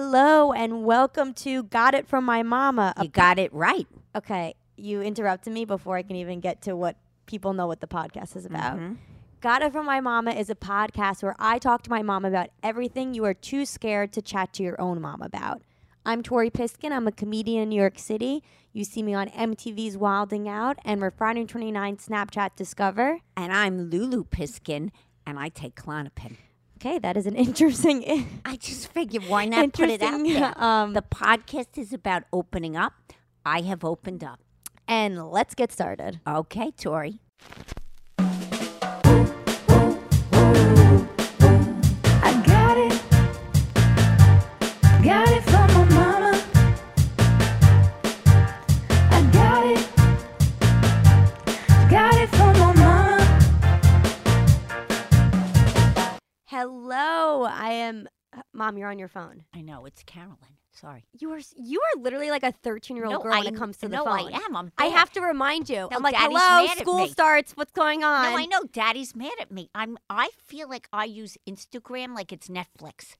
Hello and welcome to Got It From My Mama. a You got it right. Okay, you interrupted me before I can even get to what people know what the podcast is about. Mm-hmm. Got It From My Mama is a podcast where I talk to my mom about everything you are too scared to chat to your own mom about. I'm Tori Piskin. I'm a comedian in New York City. You see me on MTV's Wilding Out and we're Friday 29 Snapchat Discover. And I'm Lulu Piskin, and I take Clonopin. Okay, that is an interesting. I just figured why not put it out Interesting, there. um, the podcast is about opening up. I have opened up. and let's get started. Okay, Tori. I got it. Got it from my mama. I got it. Got it from my mama. Hello, I am. uh, Mom, you're on your phone. I know it's Carolyn. Sorry. You are s- you are literally like a 13 year old No, girl when I it comes to the no, phone. I am. I'm. I bad. have to remind you. No, I'm like, Daddy's hello, mad at school me." starts. What's going on? No, I know. Daddy's mad at me. I'm. I feel like I use Instagram like it's Netflix.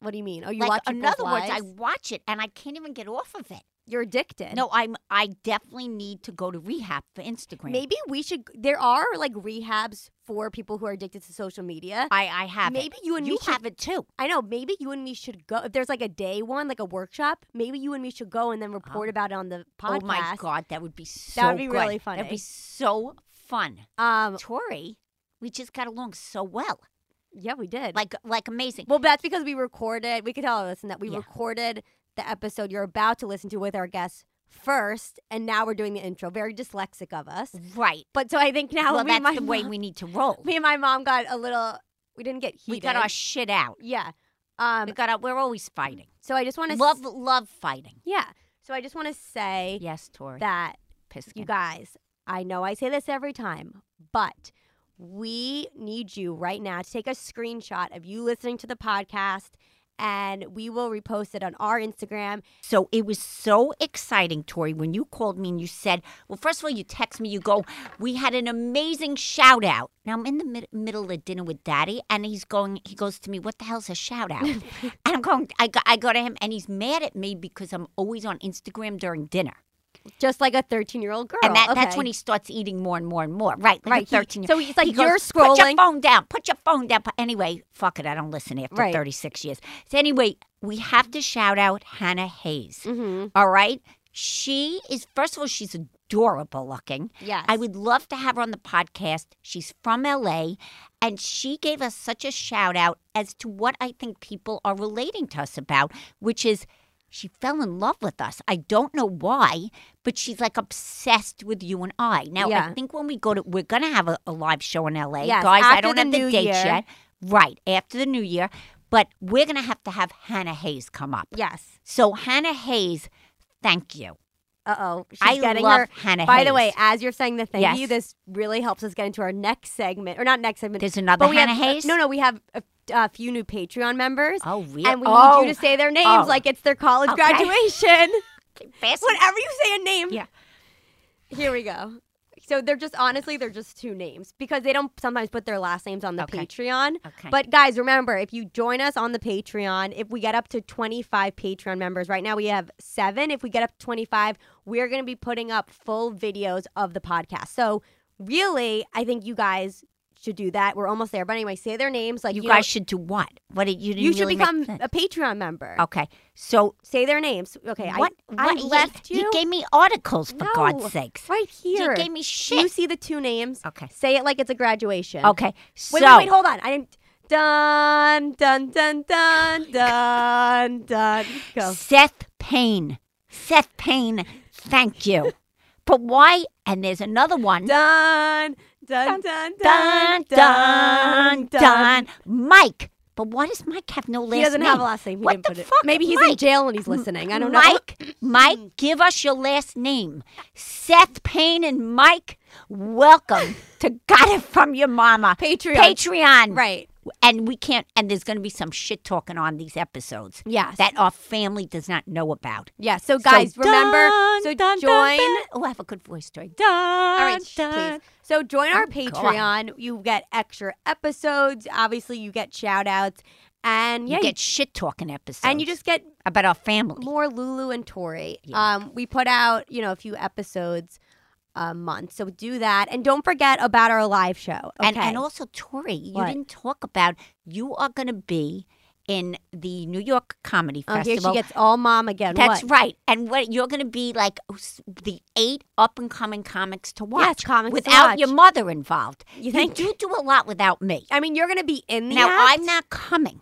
What do you mean? Oh, you like, watch in people's other words, I lives? watch it and I can't even get off of it. you're addicted. No, I'm. I definitely need to go to rehab for Instagram. maybe we should. There are like rehabs for people who are addicted to social media. I. I have. it. Maybe you and you me should- have it too. I know. Maybe you and me should go. If there's like a day one, like a workshop, maybe you and me should go and then report about it on the podcast. Oh my god, that would be so. be good. really That'd funny. be so fun. Um. Tori, we just got along so well. Yeah, we did. Like, like amazing. well, that's because we recorded. We could tell our listen that we Yeah. recorded the episode you're about to listen to with our guests first, and now we're doing the intro. Very dyslexic of us. right. But so I think now Mm-hmm. well, me and that's the my way mom- we need to roll. me and my mom got a little. We didn't get heated. We got our shit out. yeah. Um. We got our, We're always fighting. So I just want to Love, love fighting. yeah. So I just want to say Yes, Tori. that Piskin. you guys. I know I say this every time, but we need you right now to take a screenshot of you listening to the podcast, and we will repost it on our Instagram. So it was so exciting, Tori, when you called me and you said, well, first of all, you text me, you go, we had an amazing shout out. Now I'm in the mid- middle of dinner with daddy and he's going, he goes to me, what the hell's a shout out? and I'm going, I go, I go to him and he's mad at me because I'm always on Instagram during dinner. Just like a thirteen-year-old girl, And that, that's Oh, Okay. when he starts eating more and more and more. Right, like Right, A he- 13 so he's like, He goes, "You're Put your scrolling." phone down. Put your phone down. But anyway, fuck it. I don't listen after Right. 36 years. So anyway, we have to shout out Hannah Hayes. Mm-hmm. All right. She is, first of all, she's adorable looking. Yes. I would love to have her on the podcast. She's from LA. And she gave us such a shout out as to what I think people are relating to us about, which is she fell in love with us. I don't know why, but she's like obsessed with you and I. Now, I Yeah. think when we go to, we're going to have a, a live show in LA. Yes, Guys, I after don't the have the new dates year. yet. Right. After the new year. But we're going to have to have Hannah Hayes come up. yes. So Hannah Hayes, thank you. Uh oh, she's I getting love her. Hannah By the way, Hayes. as you're saying the thank Yes. you, this really helps us get into our next segment, or not next segment. There's another but we Hannah have, uh, Hayes? No, no, we have a, a few new Patreon members. Oh, really? And we Oh. need you to say their names Oh. like it's their college Okay. graduation. Fast- Whenever you say a name, Yeah. Here we go. So they're just honestly they're just two names because they don't sometimes put their last names on the Okay. Patreon. Okay. But guys, remember if you join us on the Patreon, if we get up to 25 Patreon members, right now we have 7. If we get up to 25, we're going to be putting up full videos of the podcast. So really, I think you guys should do that. We're almost there. But anyway, say their names like you, don't- guys should do what? What did you? Didn't you should really make become sense. a Patreon member. okay. So Say their names. Okay, what? I, I what left he, you. He gave me articles for No, God's sakes. Right here. You gave me shit. You see the two names. Okay. Say it like it's a graduation. okay. So Wait, wait, wait, hold on. I didn't. Dun, dun, dun, dun, dun, dun. Go. Seth Payne. Seth Payne. Thank you. but why? And there's another one. Dun, dun, dun, dun dun dun. Mike. But why does Mike have no last name? He doesn't have a last name. He what didn't the put it. fuck? Maybe he's in Mike. jail and he's listening. I don't know. Mike, Mike, give us your last name. Seth Payne and Mike, welcome to Got It From Your Mama. Patreon. Patreon. Right. And we can't, and there's going to be some shit talking on these episodes Yes. that our family does not know about. Yeah. So guys, so, remember. dun, so dun, dun, join. dun. Oh, I have a good voice, Tori. All right, sh- please. So join our Oh, God. Patreon. You get extra episodes. Obviously, you get shout outs. And yeah, you you- get shit talking episodes. and you just get about our family. more Lulu and Tori. Yeah. Um, we put out, you know, a few episodes a month. So do that. And don't forget about our live show. Okay. And and also Tori, you What? didn't talk about you are going to be in the New York Comedy oh, here she Festival. gets all mom again. That's What? right. And what you're going to be like oh, s- the eight up and coming comics to watch comics to without watch. your mother involved. You think? do do a lot without me. I mean, you're going to be in the now act. I'm not coming.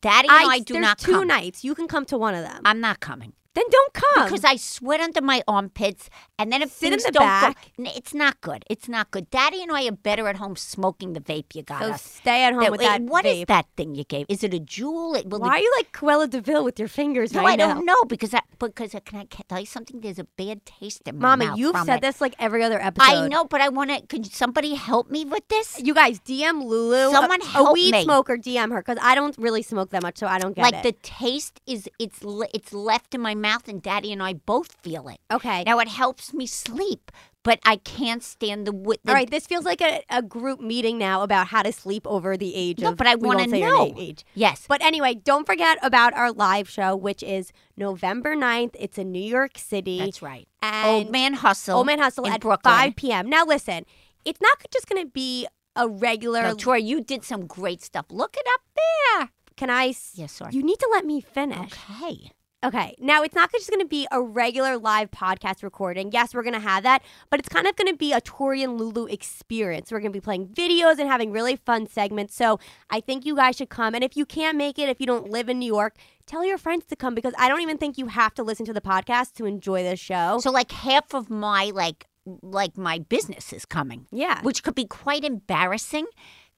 Daddy and I, do there's not two come. nights. You can come to one of them. I'm not coming then don't come. because I sweat under my armpits, and then if Sit in things the don't back. go, N- it's not good. It's not good. Daddy and I are better at home smoking the vape you got so us. stay at home That- with wait, that what is vape. that thing you gave? Is it a jewel? It, will Why are it, you like Cruella Deville with your fingers no, right I now? don't know because I, because I, can I ca- tell you something? There's a bad taste in my Mama, mouth you've from said it. this like every other episode. I know, but I want to. Could somebody help me with this? You guys, DM Lulu. Someone a, a help weed me. smoker. DM her because I don't really smoke that much, so I don't get like it. the taste is it's le- it's left in my mouth, and Daddy and I both feel it. okay. Now it helps me sleep, but I can't stand the. Wi- the All right, this feels like a, a group meeting now about how to sleep over the age No, of. but I we wanna won't say your know. name- Age. Yes. But anyway, don't forget about our live show, which is November 9th. It's in New York City. That's right. And Old Man Hustle. Old Man Hustle in at Brooklyn. 5 p.m. Now, listen, it's not just going to be a regular. Now, Troy, you did some great stuff. Look it up there. can I? s- Yes, sorry. You need to let me finish. Okay. Okay. Now it's not just going to be a regular live podcast recording. Yes, we're going to have that, but it's kind of going to be a Tori and Lulu experience. We're going to be playing videos and having really fun segments. So I think you guys should come. And if you can't make it, if you don't live in New York, tell your friends to come because I don't even think you have to listen to the podcast to enjoy this show. So like half of my like like my business is coming. Yeah. Which could be quite embarrassing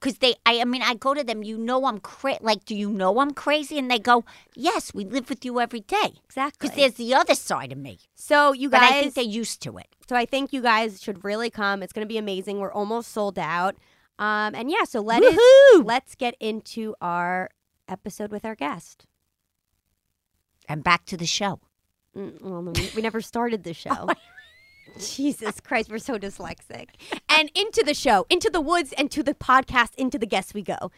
cuz they I, I mean I go to them, you know I'm cra- like do you know I'm crazy and they go, "Yes, we live with you every day." Exactly. Cuz there's the other side of me. so you But guys, I think they're used to it. so I think you guys should really come. It's going to be amazing. We're almost sold out. Um, and yeah, so let us- Woohoo! let's get into our episode with our guest. And back to the show. Mm, well, no, we- we never started the show. Oh Jesus Christ, we're so dyslexic. And into the show, into the woods, and to the podcast, into the guests we go.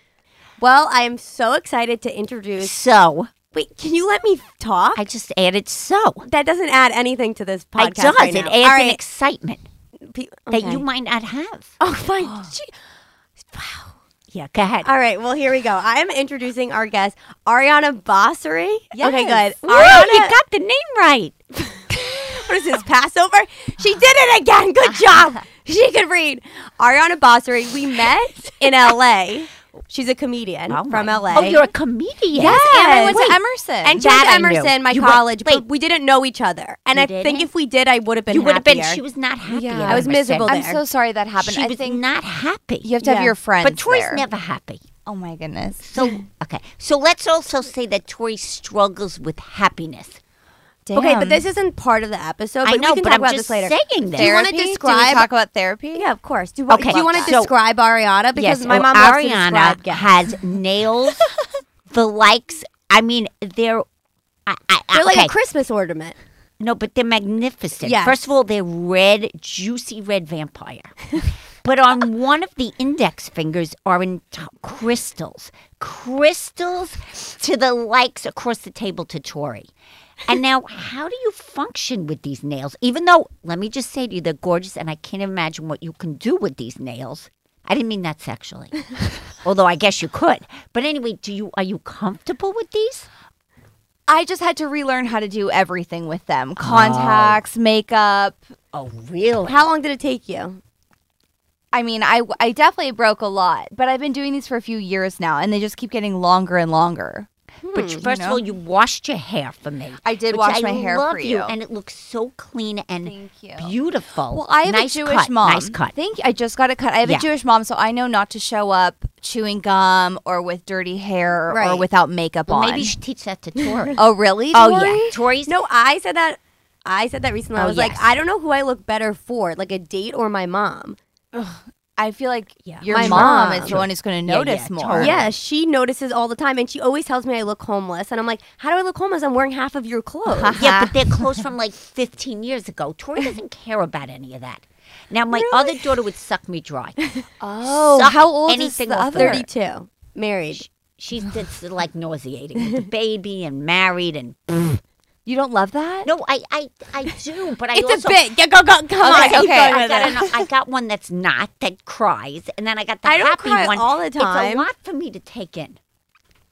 Well, I am so excited to introduce. So, Wait, can you let me talk? I just added so. that doesn't add anything to this podcast. It does. right it now. adds All an right, excitement pe- that you okay. might not have. Oh my. gee- Yeah, go ahead. All right. Well, here we go. I am introducing our guest, Ariana Bossary. Okay, Yes. good. Woo, Ariana, you got the name right. What is this Passover? She did it again. Good job. She could read. Ariana Bosseri, we met in LA. She's a comedian Oh from my- LA. Oh, you're a comedian. Yes, And I went to Emory. Emerson. and she That went to I knew. Emerson, my You went- college, wait. but we didn't know each other. And You I think didn't? if we did, I would have been You would have been. happier. She was not happy. Yeah. at I was Emerson. miserable I'm there. so sorry that happened. She I was think not happy. you have to Yeah. have your friends. but Tori's there. never happy. Oh my goodness. So okay. So let's also say that Tori struggles with happiness. okay, but this isn't part of the episode. But I know, we can but talk I'm about this just later. saying Do you this. wanna therapy. Do we describe- talk about therapy? Yeah, of course. Do, you wa- Okay, do you want to so- describe Ariana? Because my oh, mom loves to Ariana describe guests. has nails the likes. I mean, they're. I, I, I- They're like okay. a Christmas ornament. No, but they're magnificent. Yes. First of all, they're red, juicy red vampire. but on one of the index fingers are in t- crystals. Crystals to the likes across the table to Tori. And now, how do you function with these nails? Even though, let me just say to you, they're gorgeous, and I can't imagine what you can do with these nails. I didn't mean that sexually, although I guess you could. But anyway, do you are you comfortable with these? I just had to relearn how to do everything with them: contacts, makeup. Oh, really? How long did it take you? I mean, I, I definitely broke a lot, but I've been doing these for a few years now, and they just keep getting longer and longer. But you- first of all, you washed your hair for me. Hmm, I did which wash I my hair love for you, you. and it looks so clean and Thank you. beautiful. Well, I have nice a Jewish cut, mom. Nice cut. Thank you. I just got it cut. I have Yeah. a Jewish mom, so I know not to show up chewing gum or with dirty hair Right. or without makeup Well, on. maybe you should teach that to Tori. oh, really? Oh, Tori? yeah, Tori's. No, I said that. I said that recently. I Oh, was like, yes. I don't know who I look better for, like a date or my mom. I feel like Yeah. your My mom, mom. is the one who's going to Yeah, yeah, notice more. totally. Yeah, she notices all the time, and she always tells me I look homeless. And I'm like, how do I look homeless? I'm wearing half of your clothes. Yeah, but they're clothes from like 15 years ago. Tori doesn't care about any of that. Now, my other daughter would suck me dry. Oh, Suck how old is anything the off other? her. 32, married. She's just like nauseating with the baby and married and You don't love that? no, I I, I do, but I It's also a bit. Yeah, go, go, come on. Okay, keep okay. going I with got, it. an- I got one that's not that cries, and then I got the I don't happy cry one all the It's time. a lot for me to take in.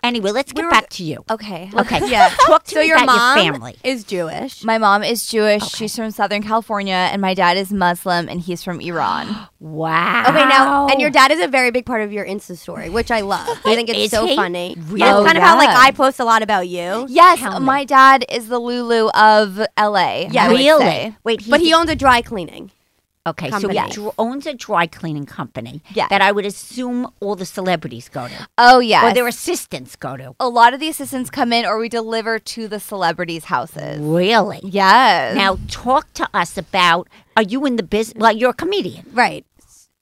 Anyway, let's get were- back to you. Okay. Okay, Yeah. Talk to so me your about mom your family. is Jewish. My mom is Jewish. She's from Southern California, and my dad is Muslim, and he's from Iran. Wow. Okay, now, and your dad is a very big part of your Insta story, which I love. I think it's Is so he? funny. Really? That's Oh, kind of how like yeah. I post a lot about you. yes, Tell me. my dad is the Lulu of LA. I would really? say. Wait, he's But he owns a dry cleaning. okay. company. So he dr- owns a dry cleaning company Yes. that I would assume all the celebrities go to, Oh yeah. or their assistants go to. a lot of the assistants come in, or we deliver to the celebrities' houses. Really? Yes. Now, talk to us about. Are you in the business? Well, you're a comedian Right.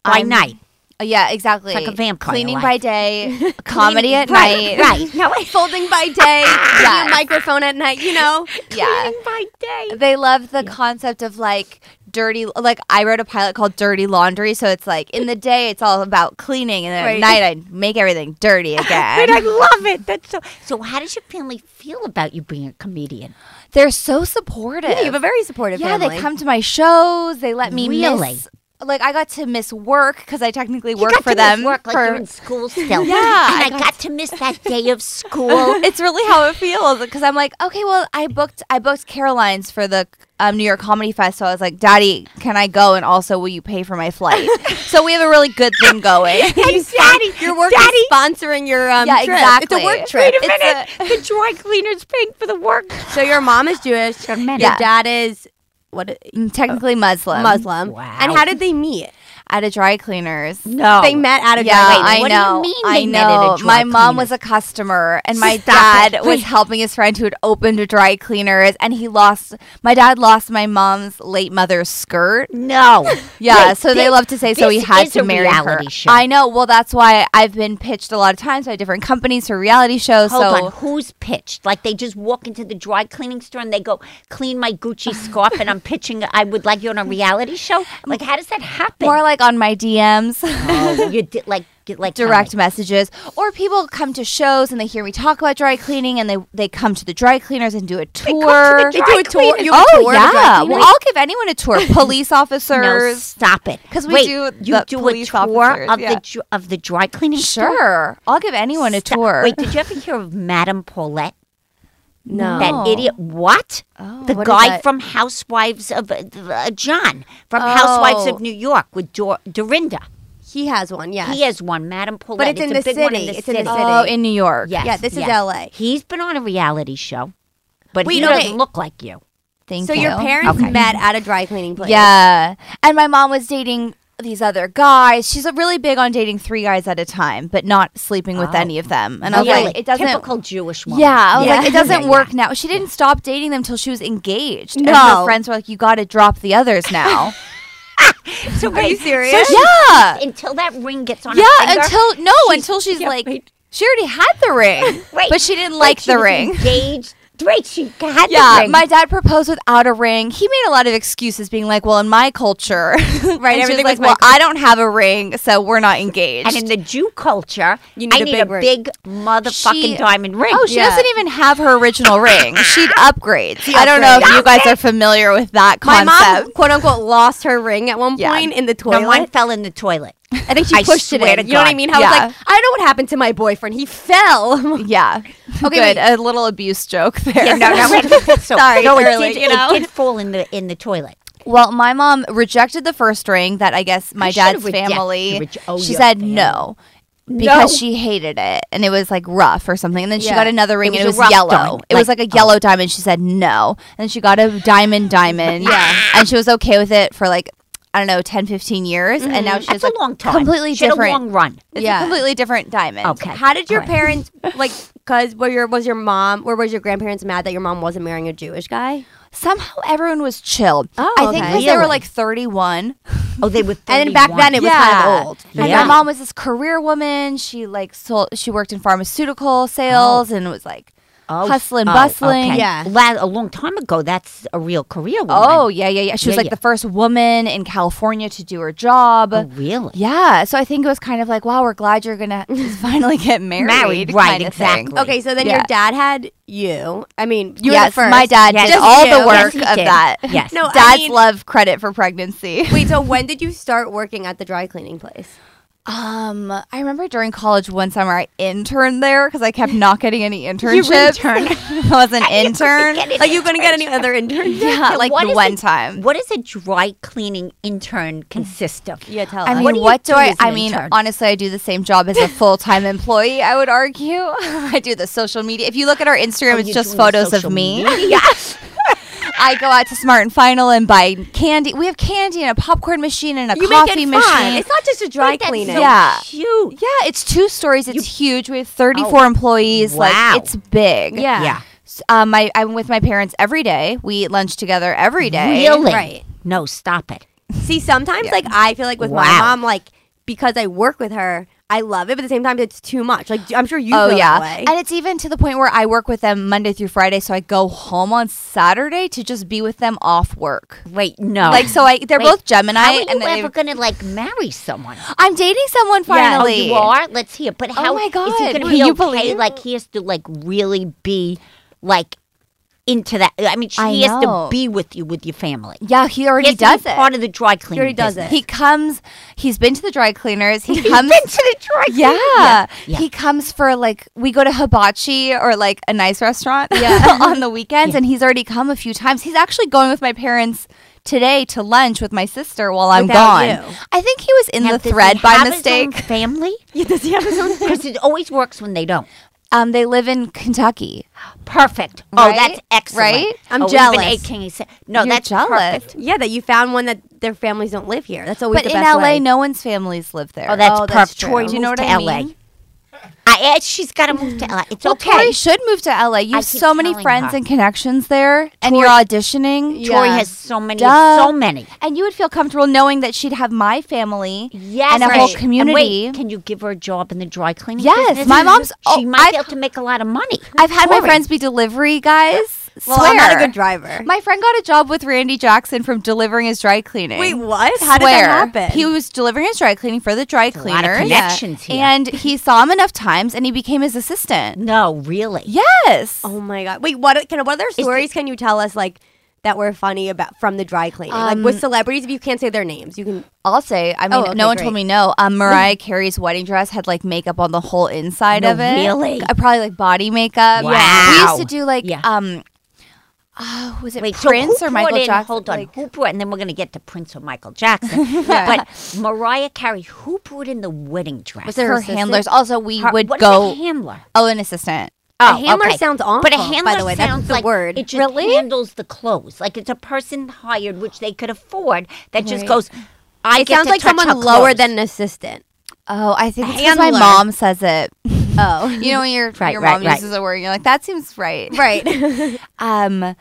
by I'm- night. Uh, yeah, exactly. Like a vampire Cleaning life. by day, comedy at right, night. Right. No, wait. Folding by day, Yes. your microphone at night, you know? Yeah. by day. They love the concept of like dirty like I wrote a pilot called Dirty Laundry, so it's like in the day it's all about cleaning and then Right. at night I make everything dirty But I again. love it. That's so. So, how does your family feel about you being a comedian? They're so supportive. You have a very supportive yeah, family. they come to my shows, they let me Really? miss like I got to miss work because I technically work you got for to them. Miss work like for- you're in school still. Yeah, and I I, got, to miss that day of school. it's really how it feels because I'm like, okay, well, I booked I booked Caroline's for the um, New York Comedy Fest, so I was like, Daddy, can I go? And also, will you pay for my flight? so we have a really good thing going. You spon- your work is sponsoring your um, Yeah, trip. exactly. It's a work Wait trip. a It's minute. the dry cleaner's paying for the work. a- so your mom is Jewish. Your Yeah. dad is um, what Mm, Technically Muslim. Muslim. Wow. And how did they meet? at a dry cleaners. No, They met at a Yeah, dry I cleaning. what do you know. mean I they met at a know. dry My mom cleaner? was a customer, and my Stop dad it. was helping his friend who had opened a dry cleaners, and he lost. My dad lost my mom's late mother's skirt. No. Yeah, Wait, so they thi- love to say so he this had is to a marry reality her. show. I know. Well, that's why I've been pitched a lot of times by different companies for reality shows. Hold so on, who's pitched? Like they just walk into the dry cleaning store and they go, clean my Gucci scarf and I'm pitching, I would like you on a reality show? Like, how does that happen? more like on my DMs, oh, you did like, get like direct messages, or people come to shows and they hear me talk about dry cleaning and they they come to the dry cleaners and do a tour. They do a tour. You have a oh tour of the dry yeah, cleaners? well, I'll give anyone a tour. Police No, officers. stop it. 'Cause we Wait, do you the do a police tour officers, of yeah. the dr- of the dry cleaning. store? Sure, I'll give anyone a Stop- tour. Wait, did you ever hear of Madame Paulette? No. That idiot. What? the What is guy that? from Housewives of uh, uh, John from Oh. Housewives of New York with Dor- Dorinda. He has one, yeah. He has one, Madame Paulette. it's in a the big one in city. the It's in city. the city. oh, in New York. Yes, Yeah, this is yes. LA. He's been on a reality show, but Wait, he no, doesn't wait. look like you. thank so you. your parents Okay. met at a dry cleaning place. Yeah. And my mom was dating these other guys. She's uh, really big on dating three guys at a time, but not sleeping with any of them. And I was Really? like, it doesn't. Oh. Typical Jewish woman. Yeah, I was Yeah. like, it doesn't Yeah, work now. She didn't stop dating them till she was engaged. And No. her friends were like, you got to drop the others now. So Are you wait, serious? yeah. Until that ring gets on. her Yeah, finger, until, no, until she's yeah, like, wait. she already had the ring, Wait, but she didn't like she the was ring. Engaged. Wait, she had Yeah, the ring. my dad proposed without a ring. He made a lot of excuses, being like, "Well, in my culture, right? everything was like, my well, I don't have a ring, so we're not engaged." and in the Jew culture, You need I a need big a ring. big motherfucking She- diamond ring. oh, she Yeah. doesn't even have her original ring. She'd upgrade. I don't know if you guys are familiar with that My concept. mom, quote unquote, lost her ring at one Yeah. point in the no, mine toilet. fell in the toilet. I think she I pushed it swear in. to You know what I God. mean? I was Yeah. like, I don't know what happened to my boyfriend. He fell. yeah. Okay, wait. Good. A little abuse joke there. Yeah, no, no, so, Sorry, no, it early, did, you know? it did fall in the in the toilet. Well, my mom rejected the first ring that I guess my You should've dad's rejected- family. reje- oh, she your said family. no because she hated it and it was like rough or something. And then she Yeah. got another ring It and it was a was rough yellow. diamond, It was like- oh. like a yellow diamond. She said no. And she got a diamond diamond. yeah. And she was okay with it for like, I don't know, 10, 15 years. And now she's Mm-hmm. That's like a long time. completely she different. Had a long run. it's Yeah. a completely different diamond. Okay. How did your All right. parents like? Because were your was your mom or was your grandparents mad that your mom wasn't marrying a Jewish guy? Somehow everyone was chill. Oh, I think okay. because they were Really? like 31. Oh, they were. And then back then 31. it was kind of old. And Yeah. my mom was this career woman. She like sold, she worked in pharmaceutical sales and was like Oh, Hustling, oh, bustling. okay. Yeah. La- a long time ago. That's a real career. Woman. Oh yeah, yeah, yeah. She was Yeah, like yeah. the first woman in California to do her job. Oh, really? Yeah, so I think it was kind of like, wow, we're glad you're gonna finally get married. Married, right, kinda thing. exactly. Okay, so then Yeah. your dad had you. I mean, you were Yes, the first. my dad Yes. did Just all you. the Yes, work he of did. that. Yes. No, I dad's mean- love credit for pregnancy. Wait, so when did you start working at the dry cleaning place? Um, I remember during college one summer I interned there because I kept not getting any internships. I was an intern. Like, you gonna get any other internship? Yeah, like what the is one it- time. What does a dry cleaning intern consist of? Yeah, tell I us. mean, What what do do, you do I? as an I mean, intern? honestly, I do the same job as a full time employee. I would argue. I do the social media. If you look at our Instagram, Are it's you just doing the photos of social me. media? I go out to Smart and Final and buy candy. We have candy and a popcorn machine and a you make coffee it fun. machine. It's not just a dry That's cleaning. so Yeah. cute. yeah, it's two stories. It's huge. We have 34 Oh, employees. wow. Like it's big. Yeah. Yeah. S- Um, my, I'm with my parents every day. We eat lunch together every day. Really? Right. No, stop it. See, sometimes like I feel like with my Wow. mom, like because I work with her, I love it, but at the same time, it's too much. Like I'm sure you Oh feel yeah, that way. and it's even to the point where I work with them Monday through Friday, so I go home on Saturday to just be with them off work. Wait, no. Like so, I they're Wait, both Gemini, Oh. How are you and then ever they- gonna like marry someone? I'm dating someone Oh, finally. you are. Let's hear. But how? Oh my Is he God. gonna Will be you okay? believe Like he has to like really be like into that. I mean, she I has to know. be with you with your family. Yeah, he already has to does be it. Part of the dry cleaning. already does business. He comes. He's been to the dry cleaners. He comes been to the dry Yeah. cleaning. Yeah. Yeah. He comes for like we go to hibachi or like a nice restaurant yeah. on the weekends and he's already come a few times. He's actually going with my parents today to lunch with my sister while I'm Without gone. you. I think he was in Now, the does he thread by have his own mistake. family, Yeah, does he have his own? because it always works when they don't. Um they live in Kentucky. Perfect. Oh, Right? that's excellent. Right? I'm oh, even jealous. eight can you say- No, You're that's jealous. perfect. yeah, that you found one that their families don't live here. That's always but the in best LA way. no one's families live there. Oh, that's Oh, that's perfect. true. Tori Do you know moved what to I LA. mean? I, eh, she's got to move to LA. It's well, okay. Tori should move to LA. You I have keep so many telling friends her. and connections there, and you're auditioning. Tori Yeah. has so many, Duh. so many. And you would feel comfortable knowing that she'd have my family Yes, and a right. whole community. And wait, can you give her a job in the dry cleaning? Yes, business? my mom's- She oh, might be I've- able to make a lot of money. I've had my Tori. friends be delivery guys. well, Swear. I'm not a good driver. My friend got a job with Randy Jackson from delivering his dry cleaning. Wait, what? How did Swear. that happen? He was delivering his dry cleaning for the dry a lot of cleaners. connections here. And he saw him enough times and he became his assistant. No, really. Yes. oh my god! Wait, what? Can what other stories can you tell us like that were funny about from the dry cleaning? like Um, with celebrities, if you can't say their names, you can. I'll say, I mean, Oh, okay, no one great. told me no. Um, Mariah Carey's wedding dress had like makeup on the whole inside No, of it. really? Uh, probably like body makeup. Wow. We used to do like, Yeah. um, oh, was it Wait, Prince so who or Michael brought in, Jackson? Hold on, Like- who brought? And then we're going to get to Prince or Michael Jackson. But Mariah Carey, who brought in the wedding dress? her, assistant? handlers. Also, we Her- would what is go. a handler? oh, an assistant. Oh, handler sounds But a awful, by handler the way. That's sounds the like word. It just handles the clothes. Like it's a person hired, which they could afford. That just goes. I It get sounds to like touch someone her lower clothes. than an assistant. Oh, I think it's 'cause my handler. mom says it. Oh, You know when your Right, your right, mom right. uses a word, you're like, that seems right. right. Um,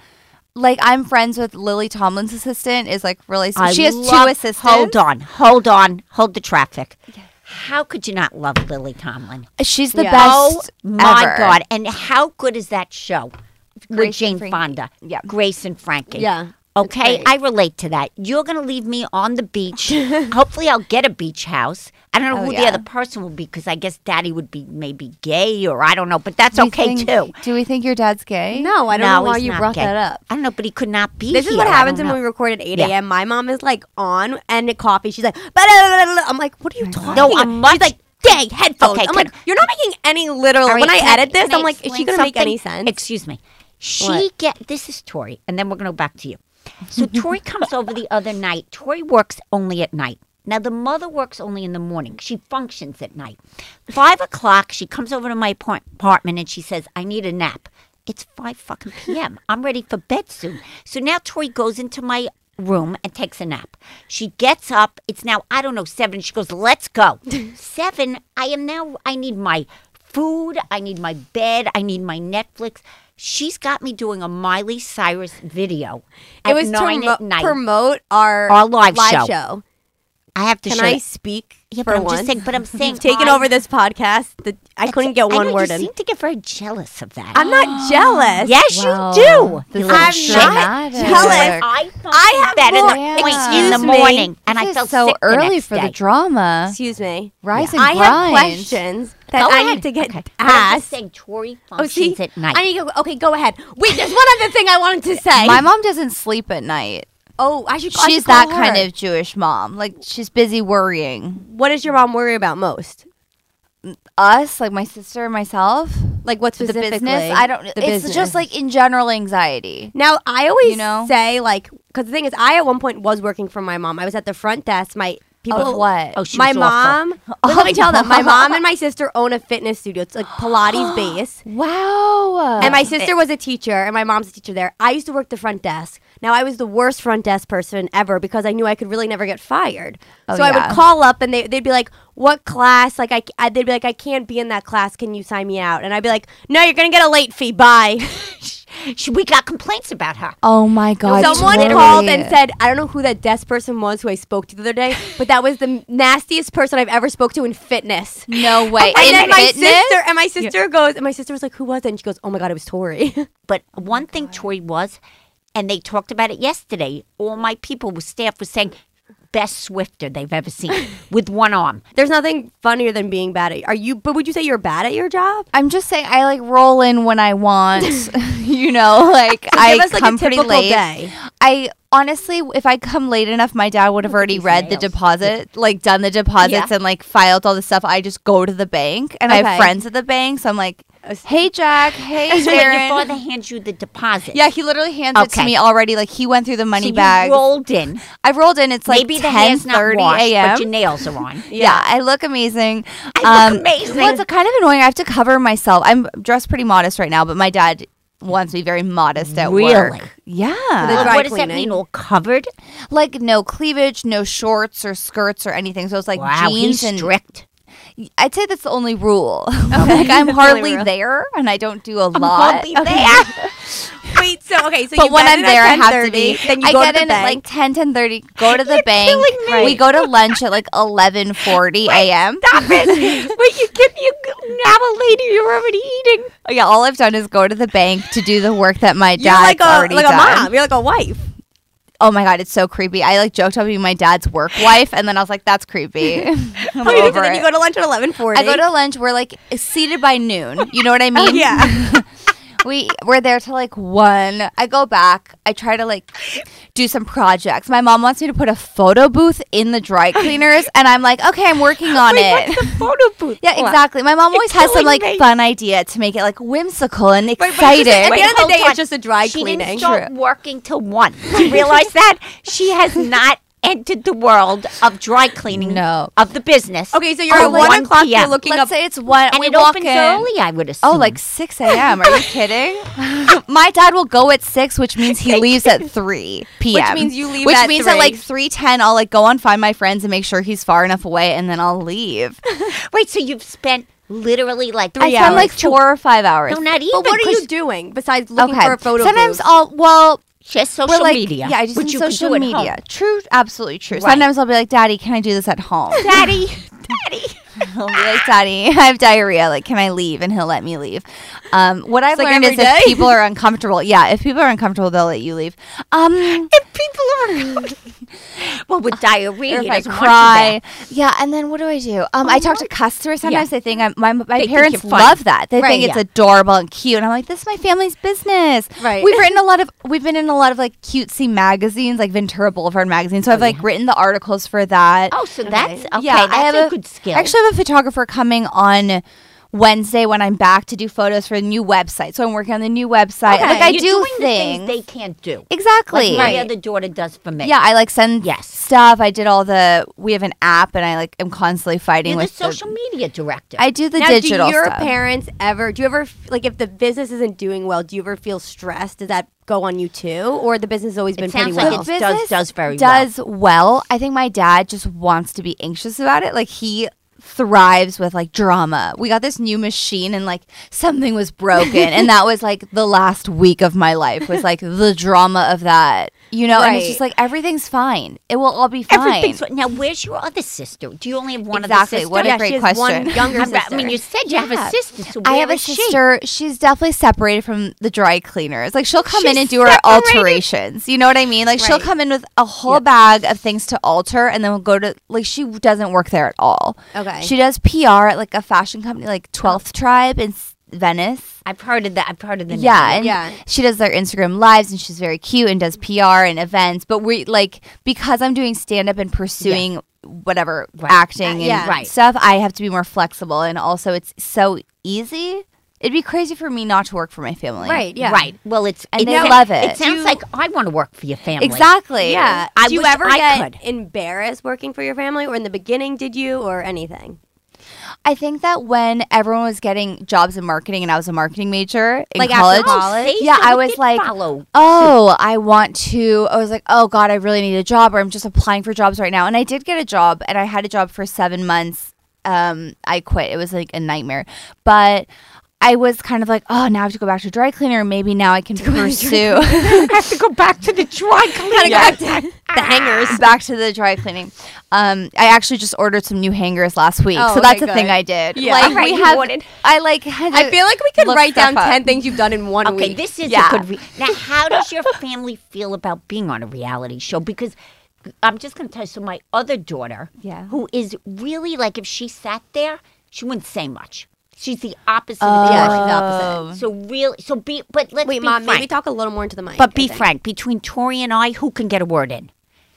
like I'm friends with Lily Tomlin's assistant is like really. I she has love- two assistants. Hold on, hold on, hold the traffic. How could you not love Lily Tomlin? She's the Yeah. Oh best. my ever. God! And how good is that show with Jane Frankie. Fonda? Yeah. Grace and Frankie. Yeah, Okay, I relate to that. You're gonna leave me on the beach. Hopefully, I'll get a beach house. I don't know Oh, who yeah. the other person will be because I guess Daddy would be maybe gay or I don't know, but that's Do you okay think- too. Do we think your dad's gay? No, oh, I don't No, know why he's you not brought gay. that up. I don't know, but he could not be. This is what here. I happens don't when we know. record at 8 Yeah. a.m. My mom is like on and at coffee. She's like, "Blah, blah, blah, blah, blah." I'm like, what are you talking Oh No, about? I'm much. She's like, dang, headphones. Okay, I'm can- like, you're not making any literal. All right, when I can edit this, can I I'm like, is she explain going to make any something? sense? Excuse me. She What? get this is Tori, and then we're gonna go back to you. So Tori comes over the other night. Tori works only at night. Now the mother works only in the morning. She functions at night. Five o'clock, she comes over to my apart- apartment and she says, "I need a nap." It's five fucking p.m. I'm ready for bed soon. So now Tori goes into my room and takes a nap. She gets up. It's now I don't know seven. She goes, "Let's go." seven. I am now. I need my food. I need my bed. I need my Netflix. She's got me doing a Miley Cyrus video. it was to nine mo- at night. promote our, Our live show. show. I I have to Can show I you- speak Yeah, for but I'm once? just saying. But I'm saying You've taken I- over this podcast. The, I that's couldn't it. get one know, word You in. seem to get very jealous of that. I'm not jealous. yes, Wow. you do. This You is little not shit. jealous. I, I have that more- in the, point in Excuse the me. morning, and This I is felt so sick the early next for day. the drama. Excuse me. Rise I and have grind. questions that Go I ahead. need to get Okay. I'm just asked. saying Tori Oh, see, functions at night. I need to go. Okay, go ahead. Wait, there's one other thing I wanted to say. My mom doesn't sleep at night. oh, I should. I should She's that call kind her. of Jewish mom. Like she's busy worrying What does your mom worry about most? us, like my sister and myself. Like what The specifically? business. I don't. The It's business. just like in general anxiety. Now I always You know? say like because the thing is I at one point was working for my mom. I was at the front desk. My people. Of what? oh, she my was awful. mom. But let me tell them. My mom and my sister own a fitness studio. It's like Pilates base. wow. And my sister was a teacher, and my mom's a teacher there. I used to work the front desk. Now I was the worst front desk person ever because I knew I could really never get fired. Oh, so I yeah. would call up, and they they'd be like, "What class?" Like I, I they'd be like, "I can't be in that class. Can you sign me out?" And I'd be like, "No, you're gonna get a late fee. Bye." She, we got complaints about her. Oh my god. Someone Tori. called and said, "I don't know who that desk person was who I spoke to the other day, but that was the nastiest person I've ever spoke to in fitness." "No way." And In then my fitness? sister and my sister goes, and my sister was like, "Who was it?" And she goes, "Oh my god, it was Tori." But Oh, one thing Tori was, and they talked about it yesterday. All my people, with staff, was saying best swifter they've ever seen with one arm. There's nothing funnier than being bad at. Are you? But would you say you're bad at your job? I'm just saying, I like roll in when I want. you know, like I give us, like, a come pretty typical late. day. I honestly, if I come late enough, my dad would have already these read the nails. deposit, like done the deposits Yeah. and like filed all the stuff. I just go to the bank, and I Okay. have friends at the bank, so I'm like, "Hey, Jack. Hey, So when your father Sharon." hands you the deposit, Yeah, he literally hands it to Okay. me already. Like he went through the money so bag. you rolled in. I rolled in. It's like Maybe the ten hair's not thirty washed, a.m. but your nails are on. Yeah, I look amazing. I look amazing. Well, it's kind of annoying. I have to cover myself. I'm dressed pretty modest right now, but my dad wants me very modest at Really? work. Yeah. the Well, dry what does that cleaning. mean? All covered? like no cleavage, no shorts or skirts or anything. So it's like Wow, jeans he's and strict. I'd say that's the only rule. like I'm hardly rule. there and I don't do a lot. Hardly there. Wait, so okay, so but you when get I'm in there, I at have to be. 10:30, Then you I go get to the in at like bank. 10, 10 go to the You're bank. killing me. We go to lunch at like 11.40 a.m. Stop it! Wait, you give me a hour later. You're already eating. Oh, Yeah, all I've done is go to the bank to do the work that my you're dad's like a already like a done. mom. You're like a wife. Oh my god, it's so creepy. I like joked about being my dad's work wife, and then I was like, "That's creepy." I'm Okay, so over then it. Oh, you go to lunch at 11:40. I go to lunch. We're like seated by noon. You know what I mean? yeah. We we're there till like one. I go back. I try to like do some projects. My mom wants me to put a photo booth in the dry cleaners, and I'm like, okay, I'm working on it. Photo booth. yeah, exactly. My mom always has some killing like me. fun idea to make it like whimsical and but it's just- exciting. at the end of hold the day, on. it's just a dry she cleaning. didn't start working till one. Do you realize that she has not entered the world of dry cleaning No. of the business. Okay, so you're Oh, at one, 1 o'clock. You're PM. looking Let's up. say it's one. and we it walk opens in. early. I would assume. Oh, like 6 a.m. Are you kidding? My dad will go at 6, which means he leaves at 3 p.m. means you leave Which at means 3. at like 3.10, I'll like go and find my friends and make sure he's far enough away, and then I'll leave. wait. So you've spent literally like I three spend hours. like two- four or five hours. No, not even. But what are 'cause you doing besides looking okay. for a photo? Sometimes booth? I'll, well, She has social we're like, media. yeah, I just which you need could social do at media. home. True, absolutely true. Sometimes I'll be like, Daddy, can I do this at home? Daddy, daddy. I'll be like, Daddy, I have diarrhea. Like, can I leave? And he'll let me leave. Um, what I've like learned every is day. if people are uncomfortable, yeah, if people are uncomfortable, they'll let you leave. Um, People are. well, with diarrhea, or he if I doesn't want Oh, you cry, yeah. And then what do I do? Um, I talk to customers sometimes. They think I'm, my my parents you're fun. love that. They Right, think it's yeah. adorable and cute. And I'm like, this is my family's business. Right. We've written a lot of we've been in a lot of like cutesy magazines, like Ventura Boulevard magazine. So I've like written the articles for that. Oh, so that's okay. Yeah, that's I have a, good skill. I actually have a photographer coming on Wednesday when I'm back to do photos for the new website. So I'm working on the new website. Okay, Like I you're do doing the things things. they can't do. exactly. My other daughter does for me. Yeah, I like send Yes. stuff. I did all the. We have an app, and I like am constantly fighting You're the with social media director. I do the now, digital do your stuff. parents ever? Do you ever f- like if the business isn't doing well? Do you ever feel stressed? Does that go on you too, or the business has always been pretty sounds like well? it's- does- does very well. does well. I think my dad just wants to be anxious about it. Like he thrives with like drama. We got this new machine and like something was broken and that was like the last week of my life was like the drama of that. you know, and it's Right. just like everything's fine. It will all be fine. Everything's now. Where's your other sister? Do you only have one Exactly. of the What a Oh, yeah, great she has question. one younger sisters? sister. I mean, you said you have a sister. So I where have a is she? sister. She's definitely separated from the dry cleaners. Like she'll come in She's and do her separated? alterations. You know what I mean? Like she'll Right. come in with a whole bag of things to alter, and then we'll go to like she doesn't work there at all. Okay. She does PR at like a fashion company, like Twelfth Tribe in S- Venice. I've heard of that. I've heard of the name. Yeah, and Yeah. she does their Instagram lives, and she's very cute and does PR and events. But we like because I'm doing stand up and pursuing. Whatever acting and Uh, yeah. Right. stuff, I have to be more flexible, and also it's so easy. It'd be crazy for me not to work for my family, right. Yeah. Right. Well, it's And it- they love It it. sounds You- like I want to work for your family. Exactly. Yeah. I Do you wish ever I get could. embarrassed working for your family, or in the beginning, did you, or anything? I think that when everyone was getting jobs in marketing and I was a marketing major in Like after college, college? Oh, see, yeah, so I it was did like, follow. oh, I want to. I was like, oh God, I really need a job, or I'm just applying for jobs right now. And I did get a job, and I had a job for seven months. Um, I quit. It was like a nightmare, but. I was kind of like, oh, now I have to go back to dry cleaner. Maybe now I can pursue. I have to go back to the dry cleaner. the hangers back to the dry cleaning. Um, I actually just ordered some new hangers last week, so that's Oh, okay, a thing good. I did. Yeah. like Right, we you have. ordered. I like. had I to feel like we could look write down stuff up. ten things you've done in one Okay, week. this is Yeah. a good. Re- now, how does your family feel about being on a reality show? Because I'm just going to tell you. So, my other daughter, Yeah. who is really like, if she sat there, she wouldn't say much. She's the opposite. of Oh. yeah, yours. she's opposite. So really, so be, but let's Wait, be mom, frank. maybe talk a little more into the mic. but I be think. frank. Between Tori and I, who can get a word in?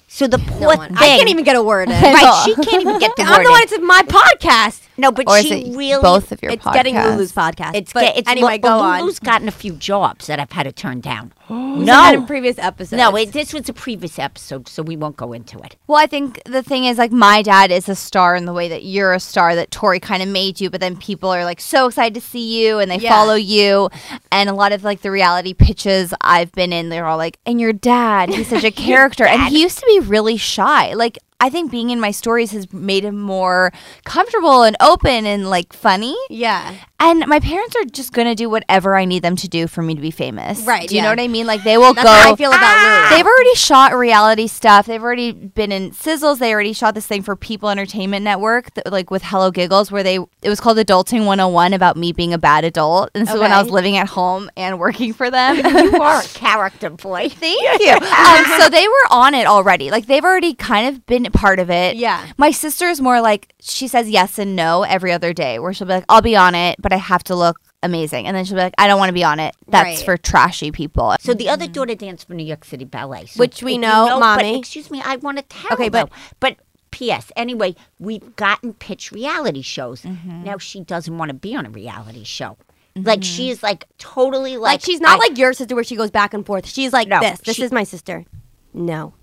So the poor No one- thing. I can't even get a word in. Right, she can't even get the word. I'm the in. one. It's my podcast. no, but Or is she it really both of your it's podcasts? getting Lulu's podcast. It's but get- it's anyway, well, go on. Lulu's gotten a few jobs that I've had to turn down. We said that in no, previous episodes. Oh. no, it, this was a previous episode, so we won't go into it. Well, I think the thing is, like, my dad is a star in the way that you're a star that Tori kind of made you, but then people are like so excited to see you and they Yeah. follow you. And a lot of like the reality pitches I've been in, they're all like, and your dad, he's such a character. and he used to be really shy. Like, I think being in my stories has made him more comfortable and open and like funny. Yeah. And my parents are just going to do whatever I need them to do for me to be famous. Right, Do you yeah. know what I mean? Like, they will That's go. Ah! how I feel about Lulu. They've already shot reality stuff. They've already been in sizzles. They already shot this thing for People Entertainment Network, th- like with Hello Giggles, where they it was called Adulting 101 about me being a bad adult. And so when I was living at home and working for them. You are a character boy. Thank you. Um, so they were on it already. Like they've already kind of been a part of it. Yeah. My sister's more like she says yes and no every other day, where she'll be like, "I'll be on it, but I have to look amazing," and then she'll be like, "I don't want to be on it. That's Right. for trashy people." So the other daughter danced for New York City Ballet, so Mm. Which we if you know, but mommy. excuse me, I want to tell. Okay, Okay, but- but but P.S. Anyway, we've gotten pitch reality shows. Mm-hmm. Now she doesn't want to be on a reality show. Like she is like totally like, Like she's not I- like your sister where she goes back and forth. She's like No, this. This she- is my sister. No.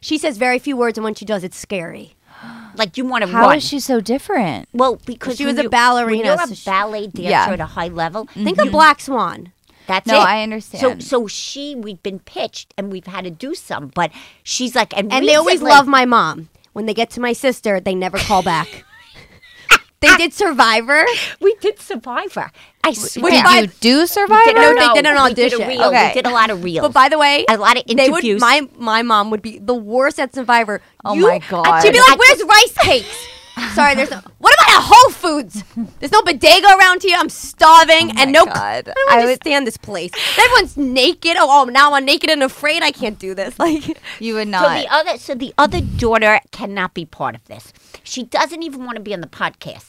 She says very few words, and when she does, it's scary. Mm-hmm. like you want to How run. is she so different? Well, because She was when a you- ballerina, When you're a so she- Mm-hmm. ballet dancer Yeah. at a high level. Think of Black Swan. That's No, it. I understand. So, so she, we've been pitched and we've had to do some, but she's like, and, And they always recently- love my mom. When they get to my sister, they never call back. they did Survivor. We did Survivor. I swear. Did you do Survivor? No, they did an we did a audition. reel. Okay. We did a lot of reels. But by the way, A lot of they would- interviews. my my mom would be the worst at Survivor. Oh You- my God. She'd be like, "Where's rice cakes?" Sorry, there's no. What about a Whole Foods? There's no bodega around here. I'm starving, and no. Oh God. I I would would- stand this place. Everyone's naked. Oh, oh, now I'm naked and afraid. I can't do this. Like, You would so not. the other, so the other daughter cannot be part of this. She doesn't even want to be on the podcast.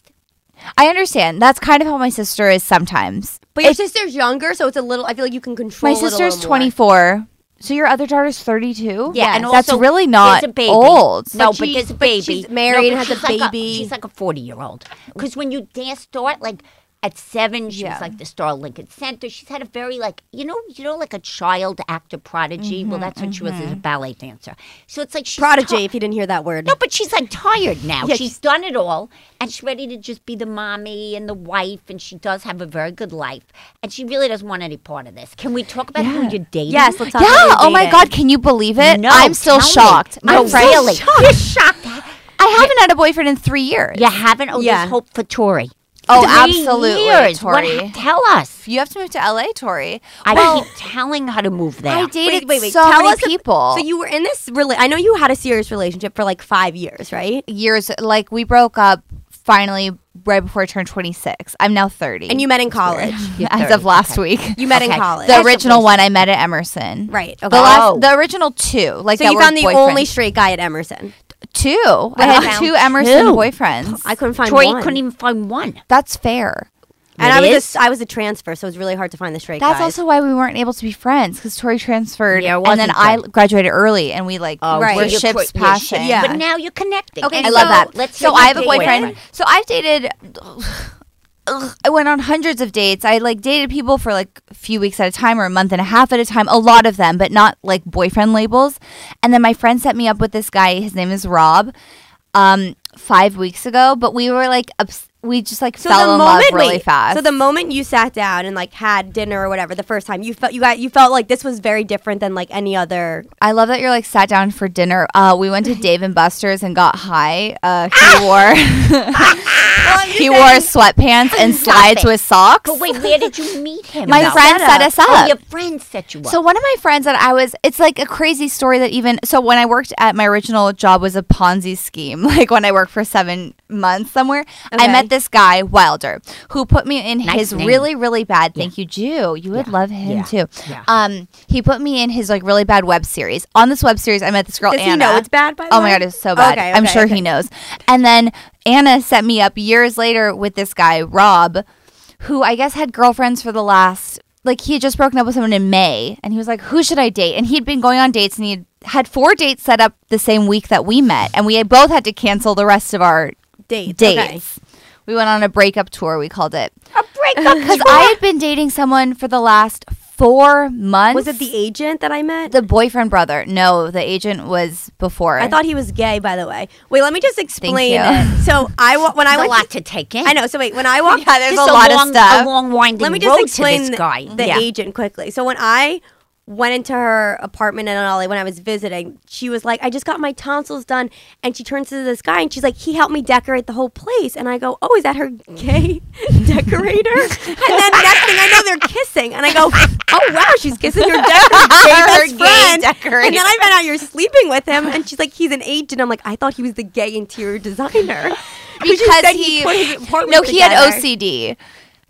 I understand. That's kind of how my sister is sometimes. but your sister's younger, so it's a little. I feel like you can control. My it a little sister's more. 24. So your other daughter's 32? Yeah, and That's also really not there's a baby. old. No, But but, she- there's a but baby. she's married no, and but has a she's like baby. she's like a forty-year-old. Because when you dance start, like at seven, she was like the star of Lincoln Center. She's had a very like you know you know like a child actor prodigy. well, that's what she was as a ballet dancer. So it's like she's Prodigy, ti- if you didn't hear that word. no, but she's like tired now. Yeah, she's she's- done it all, and she's ready to just be the mommy and the wife. And she does have a very good life, and she really doesn't want any part of this. Can we talk about who you're dating? Yes, let's talk about Yeah. your Oh my dating. God. Can you believe it? No, I'm still tell me. shocked. My No, friend- really, you're shocked. I haven't had a boyfriend in three years. You haven't? Oh, Yeah. there's hope for Tori. Oh, three absolutely, years. Tori. What, tell us. You have to move to LA, Tori. I keep telling her to move there. I dated wait, wait, so tell many us ab- people. So you were in this really. I know you had a serious relationship for like five years, right? years like we broke up finally right before I turned 26. I'm now 30. And you met in college. Yeah, as of last week. You met Okay. in college, the original one I met at Emerson. right? Okay. The last, the original two, like so that you were found the boyfriends. only straight guy at Emerson. two. I had found two Emerson two. boyfriends. I couldn't find Tori one. couldn't even find one. That's fair. and It I was is? a, I was a transfer, so it was really hard to find the straight That's guys. also why we weren't able to be friends because Tori transferred, Yeah, it and then wasn't I good. graduated early, and we like Oh, were Right. you're ships cr- you're shi- passing. Yeah. But now you're connecting. Okay, I so love that. Let's so hear your I have a boyfriend. So I've dated. Ugh, I went on hundreds of dates. I like dated people for like a few weeks at a time or a month and a half at a time. A lot of them, but not like boyfriend labels. And then my friend set me up with this guy. His name is Rob. Um, five weeks ago, but we were like obs- we just like so fell the in moment, love really wait, fast. So the moment you sat down and like had dinner or whatever, the first time you felt you got you felt like this was very different than like any other. I love that you're like sat down for dinner. Uh, we went to Dave and Buster's and got high. Uh, Ah! he wore he wore sweatpants and Stop slides it. with socks. But wait, where did you meet him? My though? friend set us Oh, up. your friend set you up. So one of my friends that I was, it's like a crazy story that even so when I worked at my original job was a Ponzi scheme. Like when I worked for seven months somewhere, I Okay. met this guy Wilder who put me in Nice his name. really really bad. Thank you, Jew. You would love him Yeah. too. Yeah. Um, he put me in his like really bad web series. On this web series, I met this girl Does Anna. he know it's bad, by the Oh way? my god, it's so bad. Okay, I'm okay, sure okay. he knows. And then Anna set me up years later with this guy Rob, who I guess had girlfriends for the last like he had just broken up with someone in May, and he was like, "Who should I date?" And he'd been going on dates, and he had four dates set up the same week that we met, and we had both had to cancel the rest of our Dates, okay. Dates. We went on a breakup tour. We called it a breakup. because I had been dating someone for the last four months. Was it the agent that I met? the boyfriend brother? No, the agent was before. I thought he was gay, by the way. Wait, let me just explain you. it. So I wa- when I a went, lot to take in. I know. So wait, when I walked, Yeah, there's This a is lot of long, stuff. A long winding let me road just explain to the, this guy. the yeah. agent quickly. So when I went into her apartment in LA when I was visiting, she was like, "I just got my tonsils done," and she turns to this guy and she's like, "He helped me decorate the whole place." And I go, "Oh, is that her gay decorator?" and then next thing I know, they're kissing, and I go, "Oh wow, she's kissing your decorator." gay friend. And decorator. then I found out you're sleeping with him, and she's like, "He's an agent." I'm like, "I thought he was the gay interior designer." Because you because said he, put his apartment no he together. had OCD.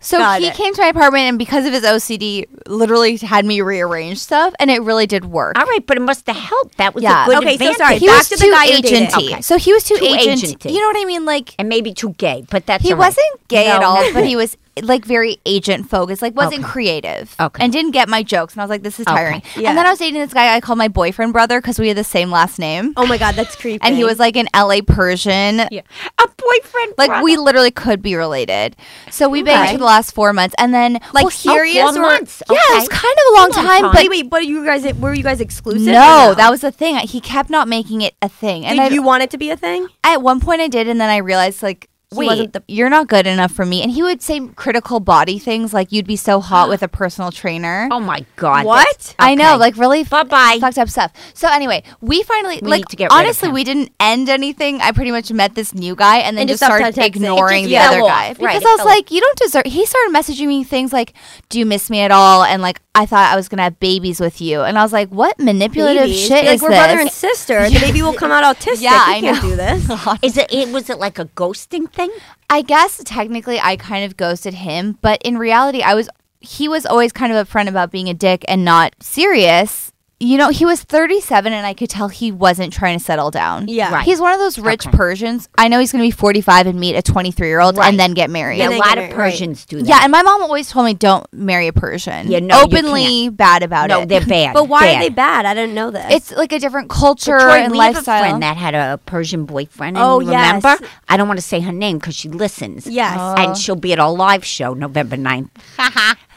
So Got he it. came to my apartment and because of his OCD, literally had me rearrange stuff, and it really did work. All right, but it must have helped. That was Yeah. a good Okay, so advantage. sorry, he back was to the too guy you dated. agenty. Okay. So he was too, Too agent. agenty. You know what I mean? Like and maybe too gay, but that's he all right. wasn't gay at No, all, no. but he was like very agent focused, like wasn't creative, Okay. and didn't get my jokes. And I was like, this is tiring. Yeah. And then I was dating this guy I called my boyfriend brother because we had the same last name, Oh my god, that's creepy. and he was like an LA Persian. Yeah. a boyfriend. Like brother. we literally could be related. So we banged for the last four months, and then Like well, serious four or- months. Yeah, it okay. was kind of a long Come on, time, Tom. but wait, wait, but you guys were you guys exclusive? or no, that was the thing. He kept not making it a thing, and Did I, you want it to be a thing? at one point I did, and then I realized like. He Wait, wasn't the- you're not good enough for me. And he would say critical body things like you'd be so hot with a personal trainer. Oh my god. What? I know, okay. like really f- Bye-bye. fucked up stuff. So anyway, we finally We like need to get rid of honestly him. we didn't end anything. I pretty much met this new guy and And then just just stopped started texting. ignoring It the just other fell off. guy Right, it because I was fell off. like, you don't deserve. He started messaging me things like, "Do you miss me at all?" And like, I thought I was gonna have babies with you, and I was like, what manipulative Babies. shit like is we're this? brother and sister, and the baby will come out autistic. Yeah, we I can't know. do this. Is it, it? Was it like a ghosting thing? I guess technically I kind of ghosted him, but in reality, I was he was always kind of upfront about being a dick and not serious. You know, he was 37 and I could tell he wasn't trying to settle down. Yeah. Right. He's one of those rich Persians. I know he's going to be 45 and meet a 23 year old Right. and then get married. Yeah, Yeah. a they lot get of it, right. Persians do that. and my mom always told me don't marry a Persian. Yeah, no, you Openly bad about No, it. they're bad. But why are Bad. they bad? I didn't know this. It's like a different culture Troy, and we lifestyle. have a friend that had a Persian boyfriend. And Oh, remember? yes. I don't want to say her name because she listens. Yes. And she'll be at our live show November 9th,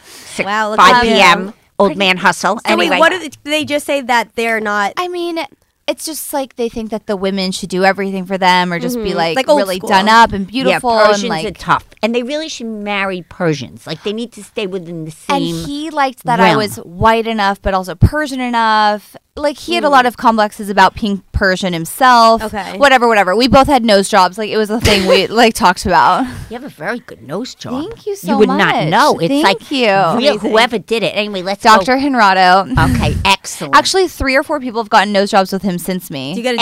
six, Wow, look at 5 you. p.m. Old Man Hustle. so anyway, wait, what do they, do they just say that they're not? I mean, it's just like they think that the women should do everything for them or just be like, Like old really school. done up and yeah, beautiful Persians and are like. tough. And they really should marry Persians. Like, they need to stay within the And same. he liked that I realm. was white enough, but also Persian enough. like he had a lot of complexes about being Persian himself. Okay. Whatever, whatever. We both had nose jobs. Like it was a thing we like talked about. You have a very good nose job. Thank you You so would not much. know. It's Thank like you. real- Amazing. whoever did it. Anyway, let's go. Dr. Henrado. Okay, excellent. Actually, three or four people have gotten nose jobs with him since me. Do you get a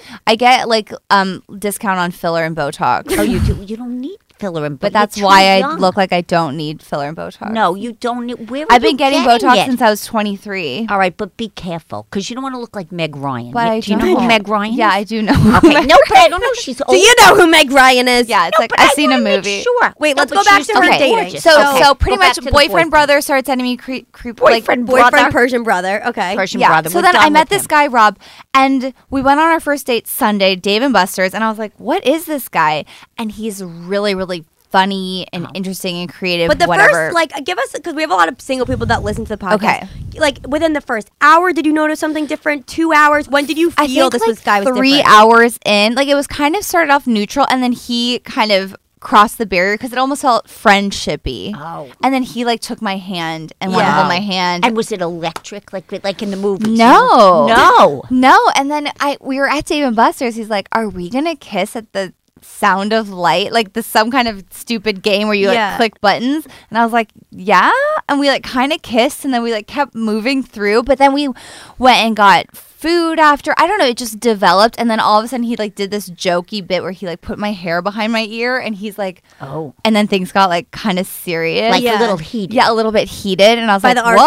discount? I get like um discount on filler and Botox. oh, you do. You don't need filler and but you're that's too why I young. look like I don't need filler and Botox. No, you don't. need- Where are I've been you getting, Oh, Botox it? since I was 23. All right, but be careful because you don't want to look like Meg Ryan. But You- I do you know don't. who Meg Ryan Yeah, I is? do know. Okay, no, but I don't know. She's old. Do you know who Meg Ryan is? Oh. Yeah, it's No, like but I've I seen a wanna make movie. Sure. Wait, No, let's but go back she's to her still dating. gorgeous. So, Okay, so pretty go back much to the boyfriend, brother starts enemy creep, creep boyfriend, like, Boyfriend, brother, Persian brother. Okay. Persian yeah. brother. So We're then I done met with this him. guy Rob, and we went on our first date Sunday, Dave and Buster's, and I was like, "What is this guy?" And he's really, really funny and interesting and creative. But the whatever. first, like, give us because we have a lot of single people that listen to the podcast. Okay. Like within the first hour, did you notice something different? Two hours? When did you feel I think this like was guy was three different? hours in, like it was kind of started off neutral, and then he kind of crossed the barrier because it almost felt friendshipy. Oh. And then he like took my hand and wanted to hold my hand. And was it electric, like like in the movies? you know? No. no. No, and then I we were at Dave and Buster's. He's like, "Are we gonna kiss at the sound of light? Like the some kind of stupid game where you like Yeah. click buttons?" And I was like, "Yeah." And we like kind of kissed, and then we like kept moving through. But then we went and got food after. I don't know. It just developed, and then all of a sudden he like did this jokey bit where he like put my hair behind my ear, and he's like, Oh, and then things got like kind of serious, like Yeah. a little heat. yeah, a little bit heated, and I was By the like, arcade.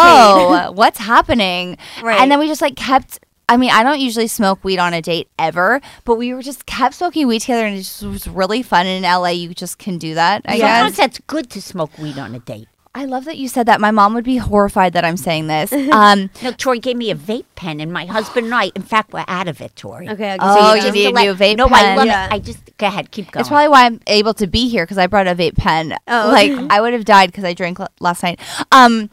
"Whoa, what's happening?" Right. And then we just like kept. I mean, I don't usually smoke weed on a date ever, but we were just kept smoking weed together, and it just was really fun. And in LA, you just can do that. I Sometimes guess. that's good to smoke weed on a date. I love that you said that. My mom would be horrified that I'm saying this. Um, No, Tori gave me a vape pen, and my husband and I, in fact, we're out of it, Tori. Okay, okay, Oh, just to you need a let- new vape no, I pen. love Yeah. it. I just go ahead, keep going. it's probably why I'm able to be here because I brought a vape pen. Oh. Like I would have died because I drank l- last night. Um,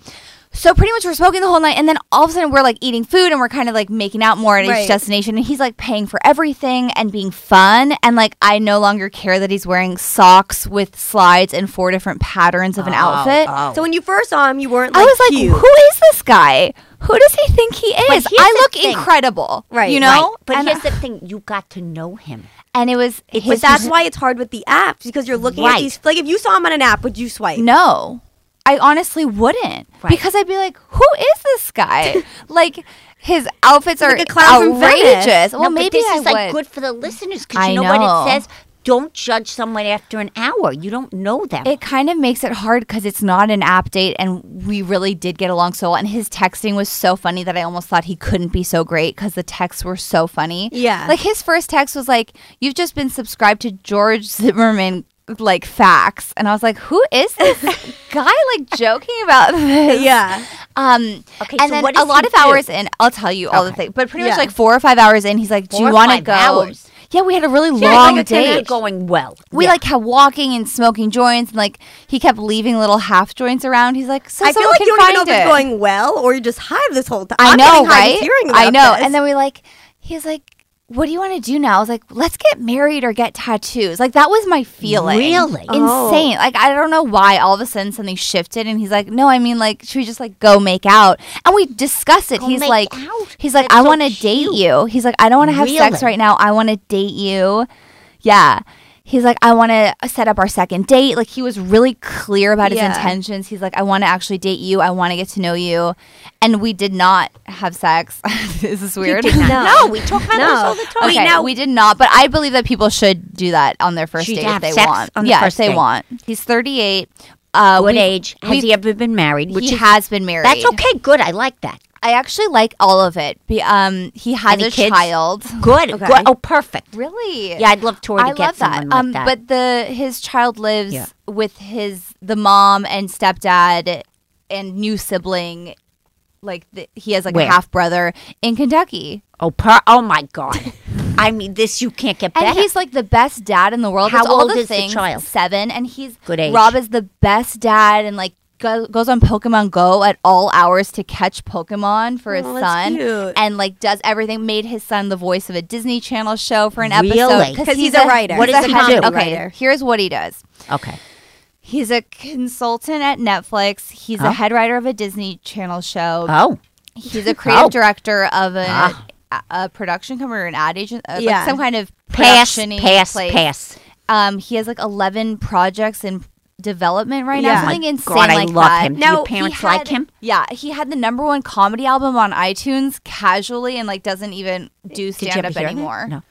so pretty much we're smoking the whole night, and then all of a sudden we're like eating food and we're kind of like making out more at Right. each destination, and he's like paying for everything and being fun, and like I no longer care that he's wearing socks with slides and four different patterns of an outfit. So when you first saw him, you weren't. Oh, Like, I was like, cute. who is this guy? Who does he think he is? here's I the look thing. incredible, Right, You Right, know, But and, here's the thing: you got to know him. and it was his But that's why it's hard with the apps because you're looking at Right. these. Like if you saw him on an app, would you swipe? No, I honestly wouldn't Right. because I'd be like, "Who is this guy?" like his outfits are Like a clown from Venice. outrageous. Well, No, but maybe this I is would. like good for the listeners because I you know, what know. it says: don't judge someone after an hour. You don't know them. it kind of makes it hard because it's not an app date, and we really did get along so well. And his texting was so funny that I almost thought he couldn't be so great because the texts were so funny. Yeah. like his first text was like, "You've just been subscribed to George Zimmerman." Like facts, and I was like, "Who is this guy? Like joking about this?" Yeah. Um, Okay, so and then what a does lot he of hours do? in, I'll tell you all the Okay. things. But pretty Yeah. much like four or five hours in, he's like, "Do Four you or want to five go?" hours? Yeah, we had a really Yeah, long like, it's date. going well. We Yeah. like kept walking and smoking joints, and like he kept leaving little half joints around. He's like, "So I feel someone like can you don't even know find if it's it." going well or you're just high this whole time. I I'm know, getting high just right? Hearing I about know. this. And then we like, he's like, "What do you want to do now?" I was like, "Let's get married or get tattoos." Like that was my feeling. Really? Oh. insane. Like I don't know why all of a sudden something shifted, and he's like, "No, I mean like should we just like go make out?" And we discuss it. Go he's make like, out? he's like, That's "I so want to date cute." you." He's like, "I don't want to have sex Really? right now. I want to date you." Yeah. He's like, I want to set up our second date. Like, he was really clear about his Yeah. intentions. He's like, I want to actually date you. I want to get to know you. And we did not have sex. Is this weird? no, we talk about this No. all the time. Okay, now we did not, but I believe that people should do that on their first Should date have if they sex want. on the yeah, first if they date. want. He's 38. Uh, What we- age has we- he ever been married? Which he is- has been married. That's okay. Good. I like that. I actually like all of it. Be, um, he has Any a kids? child. Good. Okay. good. Oh, perfect. Really? Yeah, I'd love Tori to I get love that. someone like um, that. but the his child lives Yeah. with his the mom and stepdad and new sibling. Like the, he has like Where? a half brother in Kentucky, oh, per- oh my God. I mean, this you can't get and better. he's like the best dad in the world. How It's all old the is the things, child? Seven, and he's Good age. Rob is the best dad, and like go, goes on Pokemon Go at all hours to catch Pokemon for his Oh, that's son, cute. and like does everything. Made his son the voice of a Disney Channel show for an Really? episode 'Cause he's a writer. What What is does he do? Okay, Writer. here's what he does. okay. He's a consultant at Netflix. He's Oh. a head writer of a Disney Channel show. Oh, He's a creative Oh. director of an, Ah. a, a production company or an ad agent, uh, Yeah. like some kind of Pass, production-y pass, place. pass. Um, he has like eleven projects in development right Yeah. now. Something My insane God, I like love that. him. Do No, your he parents like had- him? Yeah, he had the number one comedy album on iTunes casually, and like doesn't even do Did you stand up ever hear that? anymore. No.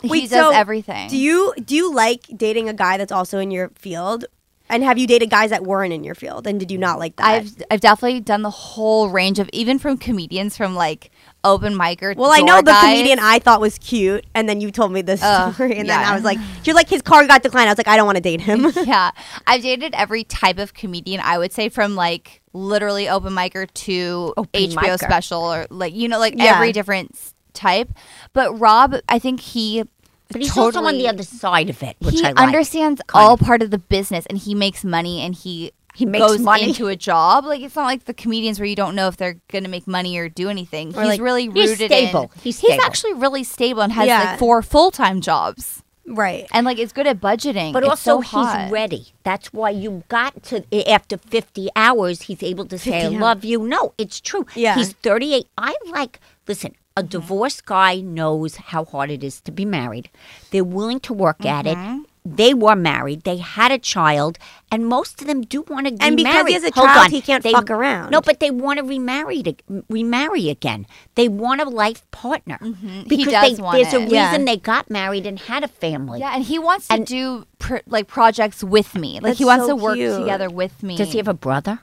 He Wait, does so everything. Do you do you like dating a guy that's also in your field? And have you dated guys that weren't in your field? And did you not like that? I've I've definitely done the whole range of even from comedians from like open micer. well, I door know the guys. comedian I thought was cute, and then you told me this Ugh, story, and then yeah. I was like, "You're like his card got declined." I was like, "I don't want to date him." yeah, I've dated every type of comedian. I would say from like literally open micer to HBO micer. special or like you know like Yeah. every different s- type. But Rob, I think he But he's also on totally- the other side of it, which he I like. understands all part of the business and he makes money and he He makes goes money. into a job. Like it's not like the comedians where you don't know if they're going to make money or do anything. he's like, really he's rooted stable. in. He's stable. actually really stable and has Yeah. like four full time jobs right. and like is good at budgeting. But It's also, so hot. he's ready. That's why you got to after fifty hours, he's able to say, "I love you." No, it's true. Yeah. Mm-hmm. he's thirty-eight. I like. Listen, a divorced guy knows how hard it is to be married. They're willing to work at Mm-hmm. it. They were married. They had a child, and most of them do want to. And because he has a child, he can't fuck around. No, but they want to remarry to remarry again. They want a life partner Mm-hmm. because does they, want there's a reason it. Yeah. they got married and had a family. Yeah, and he wants to do pr- like projects with me. Like he That's wants so to work cute. together with me. Does he have a brother?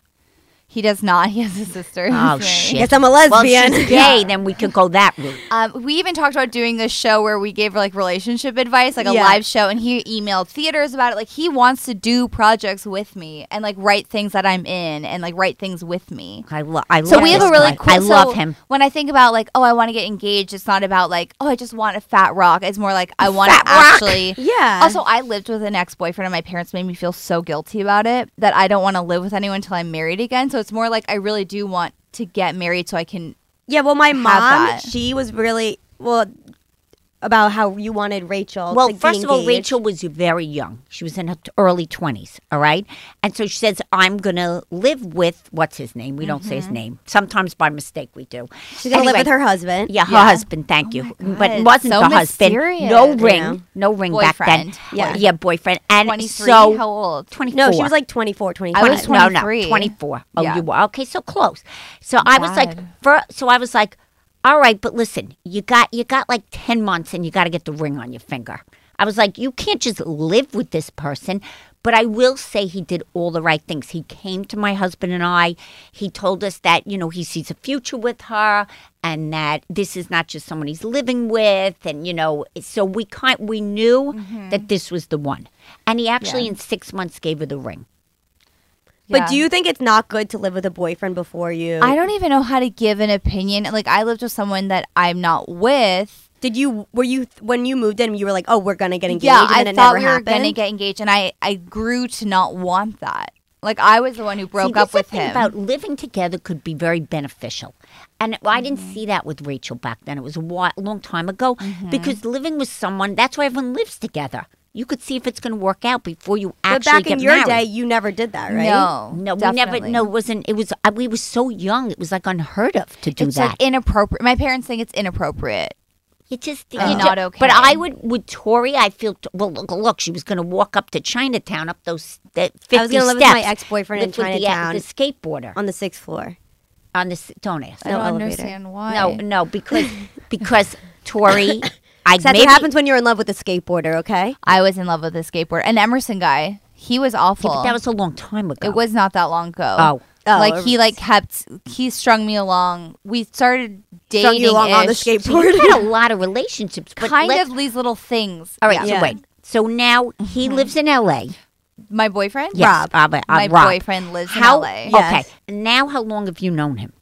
He does not. He has a sister. Oh Right. shit! Guess I'm a Well, if lesbian. she's gay, then we could go that route. Um, we even talked about doing a show where we gave like relationship advice, like a Yeah. live show, and he emailed theaters about it. Like he wants to do projects with me and like write things that I'm in and like write things with me. I, lo- I So love we have a this really guy. cool. I so love him. When I think about like, oh, I want to get engaged, it's not about like, oh, I just want a fat rock. It's more like I want to actually. Yeah. Also, I lived with an ex boyfriend, and my parents made me feel so guilty about it that I don't want to live with anyone until I'm married again. So it's more like I really do want to get married so I can. Yeah, well, my mom, that. she was really well about how you wanted Rachel. Well, to be first of all, engaged. Rachel was very young. She was in her t- early twenties. All right, and so she says, "I'm gonna live with what's his name." We don't say his Mm-hmm. name. Sometimes by mistake we do. she's gonna live Anyway, with her husband. Yeah, her husband. Thank you, but it Oh God, wasn't so the husband. No mysterious. ring, Yeah. no ring back then. Boyfriend. Yeah, Yeah. yeah, boyfriend. And 23? so How old? Twenty-four. No, she was like 24, 25. I was Twenty- no, no, 23. 24. Oh, Yeah. you were. Okay, so close. So I was like, Bad. for, so I was like, all right, but listen, you got you got like 10 months and you got to get the ring on your finger. I was like, you can't just live with this person. But I will say he did all the right things. He came to my husband and I. He told us that, you know, he sees a future with her and that this is not just someone he's living with and you know, so we kind we knew Mm-hmm. that this was the one. And he actually in 6 months gave her the ring. But Yeah. do you think it's not good to live with a boyfriend before you? I don't even know how to give an opinion. Like I lived with someone that I'm not with. Did you were you when you moved in? You were like, oh, we're gonna get engaged. yeah, and I then it thought never we happened. were gonna get engaged, and I I grew to not want that. Like I was the one who broke See, up this with is the thing him. About living together could be very beneficial, and I didn't Mm-hmm. see that with Rachel back then. It was a while, long time ago because living with someone—that's why everyone lives together. You could see if it's going to work out before you But actually back get in your married. day, you never did that, right? No, no, we never. definitely. No, it wasn't. It was. uh, We were so young. It was like unheard of to do it's that. like inappropriate. My parents think it's inappropriate. It just Oh. you Not ju- okay. But I would with Tori. I feel t- well. Look, look she was going to walk up to Chinatown up those that fifty I was gonna live with steps. my ex-boyfriend in live with the, uh, Chinatown. The, skateboarder on, On the sixth floor. on the s- don't ask. I don't elevator. understand why. No, no, because because Tori, I That's maybe what happens when you're in love with a skateboarder. Okay. I was in love with a skateboard. An Emerson guy. He was awful. but that was a long time ago. it was not that long ago. Oh. Oh, like it he like kept he strung me along. We started dating. Strung you along on the So you skateboard. had a lot of relationships, but Kind let's- of these little things. All right, so Yeah. wait. So now he lives in L.A. My boyfriend, Yes, Rob, uh, my Rob. boyfriend lives How? in LA. Yes. Okay. Now, how long have you known him?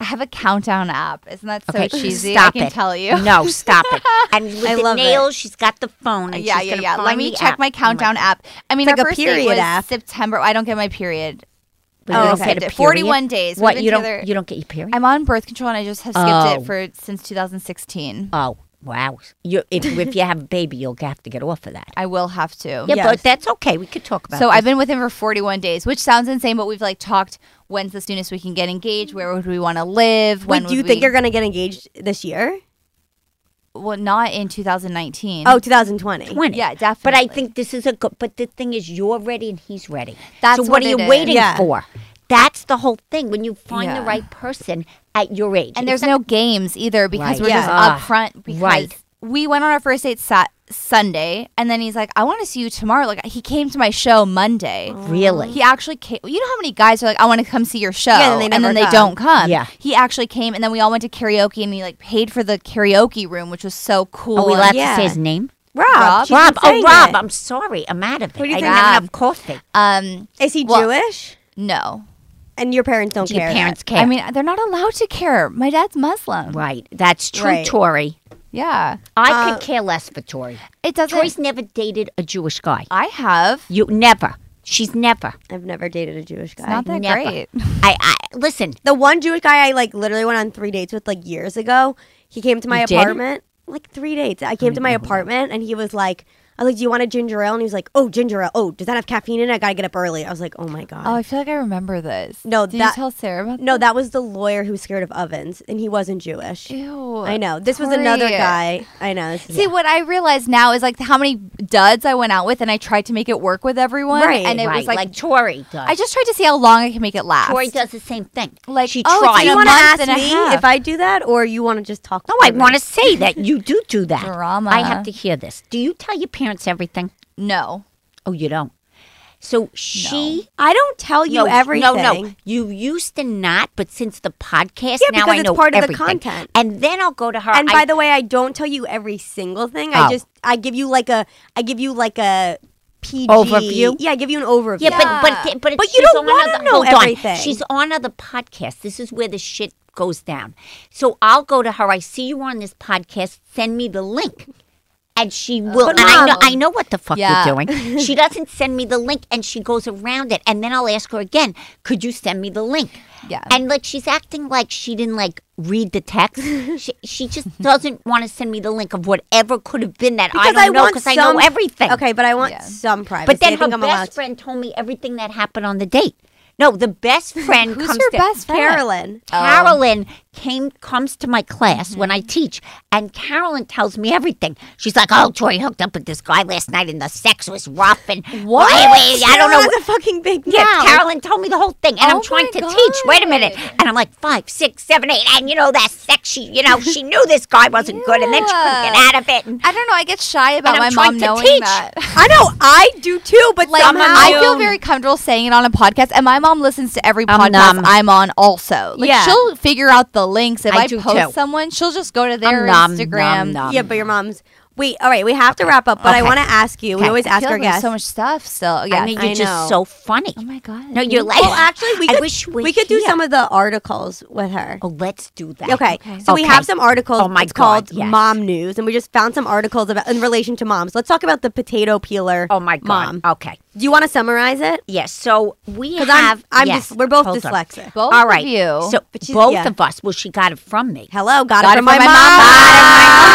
I have a countdown app. Isn't that so Okay, cheesy? Stop I can it. tell you. No, stop it. And with I the love it. nails, she's got the phone. And Yeah, she's yeah, gonna yeah. find Let me the check app. Oh my countdown app. I mean, It's our like a first date period was app. September. I don't get my period. But Oh, you don't okay. get a period? 41 days. We've What been you don't together- you don't get your period? I'm on birth control and I just have skipped Oh. it for since 2016. oh, Wow. You, if, if you have a baby, you'll have to get off of that. I will have to. Oh, Yeah, Yes. but that's okay. We could talk about So this. I've been with him for 41 days, which sounds insane, but we've like talked when's the soonest we can get engaged, where would we want to live, when Wait, would do you we, think you're gonna get engaged this year? well not in 2019. Oh, 2020. 20. Yeah, But I definitely. think this is a good, but the thing is, you're ready and he's ready. That's so what, what are you it is. waiting Yeah. for? That's the whole thing. When you find the Yeah. right person at your age. and there's no games either Right. because we're just Yeah. up front because Right. we went on our first date sat Sunday and then he's like I want to see you tomorrow like he came to my show Monday Oh. Really? he actually came you know how many guys are like I want to come see your show Yeah, and they and then never they come. don't come Yeah. he actually came and then we all went to karaoke and he like paid for the karaoke room which was so cool Are we And- allowed Yeah. to say his name? Rob, she's Rob. been Oh, saying Rob. it. I'm sorry. I'm out of it. What do you I think? didn't Rob. have coffee. um Is he Well- Jewish? no And your parents don't Your care. parents care. I mean they're not allowed to care my dad's Muslim right. That's true, Right. Tori. yeah I Uh, could care less for Tori. it doesn't Tori's never dated a Jewish guy. I have You never. She's never. I've never dated a Jewish guy. not that never. great I, I listen. the one Jewish guy I like literally went on three dates with like years ago. He came to my You did? apartment. Like three dates. I came to my apartment and he was like, I was like, Do you want a ginger ale? And he was like, Oh, ginger ale. Oh, does that have caffeine in it? I gotta get up early. I was like, Oh my god. oh I feel like I remember this No, did you that- tell Sarah about no, that was the lawyer who was scared of ovens and he wasn't Jewish. Ew. I know. This was another Tori. guy. I know. This is- See, what I realize now is like how many duds I went out with and I tried to make it work with everyone. Right, And it right. was like, Tori does. I just tried to see how long I can make it last. Tori does the same thing. Like, she oh, tried. do you a want to month ask and a me half. if I do that, or you want to just talk? No, I want to say that you do do that. Drama. I have to hear this. Do you tell your parents everything? No. Oh, you don't. So she. I don't tell you No, everything. no, no. You used to not, but since the podcast, Yeah, now because I it's know part of the everything. content. And then I'll go to her. And I- by the way, I don't tell you every single thing. Oh. I just I give you like a I give you like a PG Overview? Yeah, I give you an overview. yeah, but but but, it's, But you she's don't on wanna other- know hold on. everything. She's on other podcasts. This is where the shit goes down. So I'll go to her. I see you on this podcast. Send me the link. And she will, and I know, I know what the fuck Yeah. you're doing. She doesn't send me the link, and she goes around it, and then I'll ask her again. Could you send me the link? Yeah. And like she's acting like she didn't like read the text. she, she just doesn't want to send me the link of whatever could have been that I Because don't know want because I know some- everything. Okay, but I want Yeah. some privacy. But then I her think I'm allowed best to- friend told me everything that happened on the date. No, the best friend Who's comes your to best friend? Oh. Carolyn. Carolyn came comes to my class Mm-hmm. when I teach, and Carolyn tells me everything. She's like, "Oh, Tori hooked up with this guy last night, and the sex was rough, and What? Wait, wait, I don't know." Carolyn's a fucking big Yeah, mouth. Carolyn told me the whole thing, and Oh I'm trying to my teach. Wait a minute, and I'm like five, six, seven, eight, and you know that sex. She, you know, she knew this guy wasn't good, and then she couldn't get Yeah. out of it. And, I don't know. I get shy about And my I'm mom trying to knowing teach. that. I know I do too, but Like, somehow I feel very comfortable saying it on a podcast, and my mom listens to every I'm podcast numb. I'm on. Also, like Yeah. she'll figure out the links if I I, do, post too. someone. She'll just go to their numb, Instagram. numb, numb. Yeah, but your mom's Wait, all right, we have to wrap up, but I Okay. want to ask you. We Okay. always I ask feel our like we have guests. so much stuff still. Yeah. I mean, I you're just know. so funny. oh my god. No, you're like. well, actually, we I could, wish we we, could do here. some of the articles with her. Oh, let's do that. Okay. So we Okay. have some articles. Oh my it's God, called yes. Mom News, and we just found some articles about in relation to moms. Let's talk about the potato peeler. Oh my mom. god. Okay. Do you want to summarize it? Yes. So we Because have. I'm, I'm yes. dys- we're both Hold on. dyslexic. Both All of right. you. So But she's- both yeah. of us. Well, she got it from me. Hello, got, Got it from my, mom.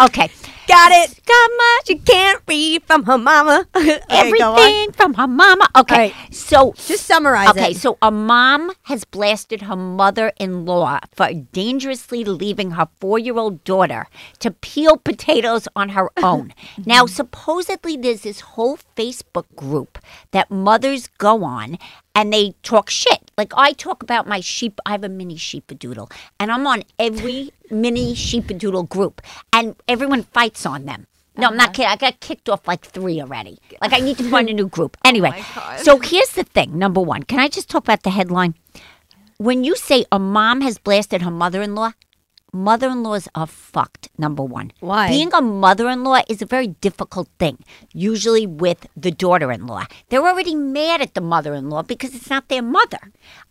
Okay. Got it. Got my. She can't read from her mama. okay, go on. Everything from her mama. Okay. All right. So. Just summarize Okay, it. so a mom has blasted her mother in law for dangerously leaving her four year old daughter to peel potatoes on her own. now, supposedly, there's this whole Facebook group that mothers go on and they talk shit. Like, I talk about my sheep, I have a mini sheepadoodle, and I'm on every mini sheepadoodle group, and everyone fights on them. No, I'm not kidding. I got kicked off like three already. Like, I need to find a new group. Anyway, so here's the thing number one, can I just talk about the headline? When you say a mom has blasted her mother in law, mother in laws are fucked, number one. Why? Being a mother in law is a very difficult thing, usually with the daughter in law. They're already mad at the mother in law because it's not their mother.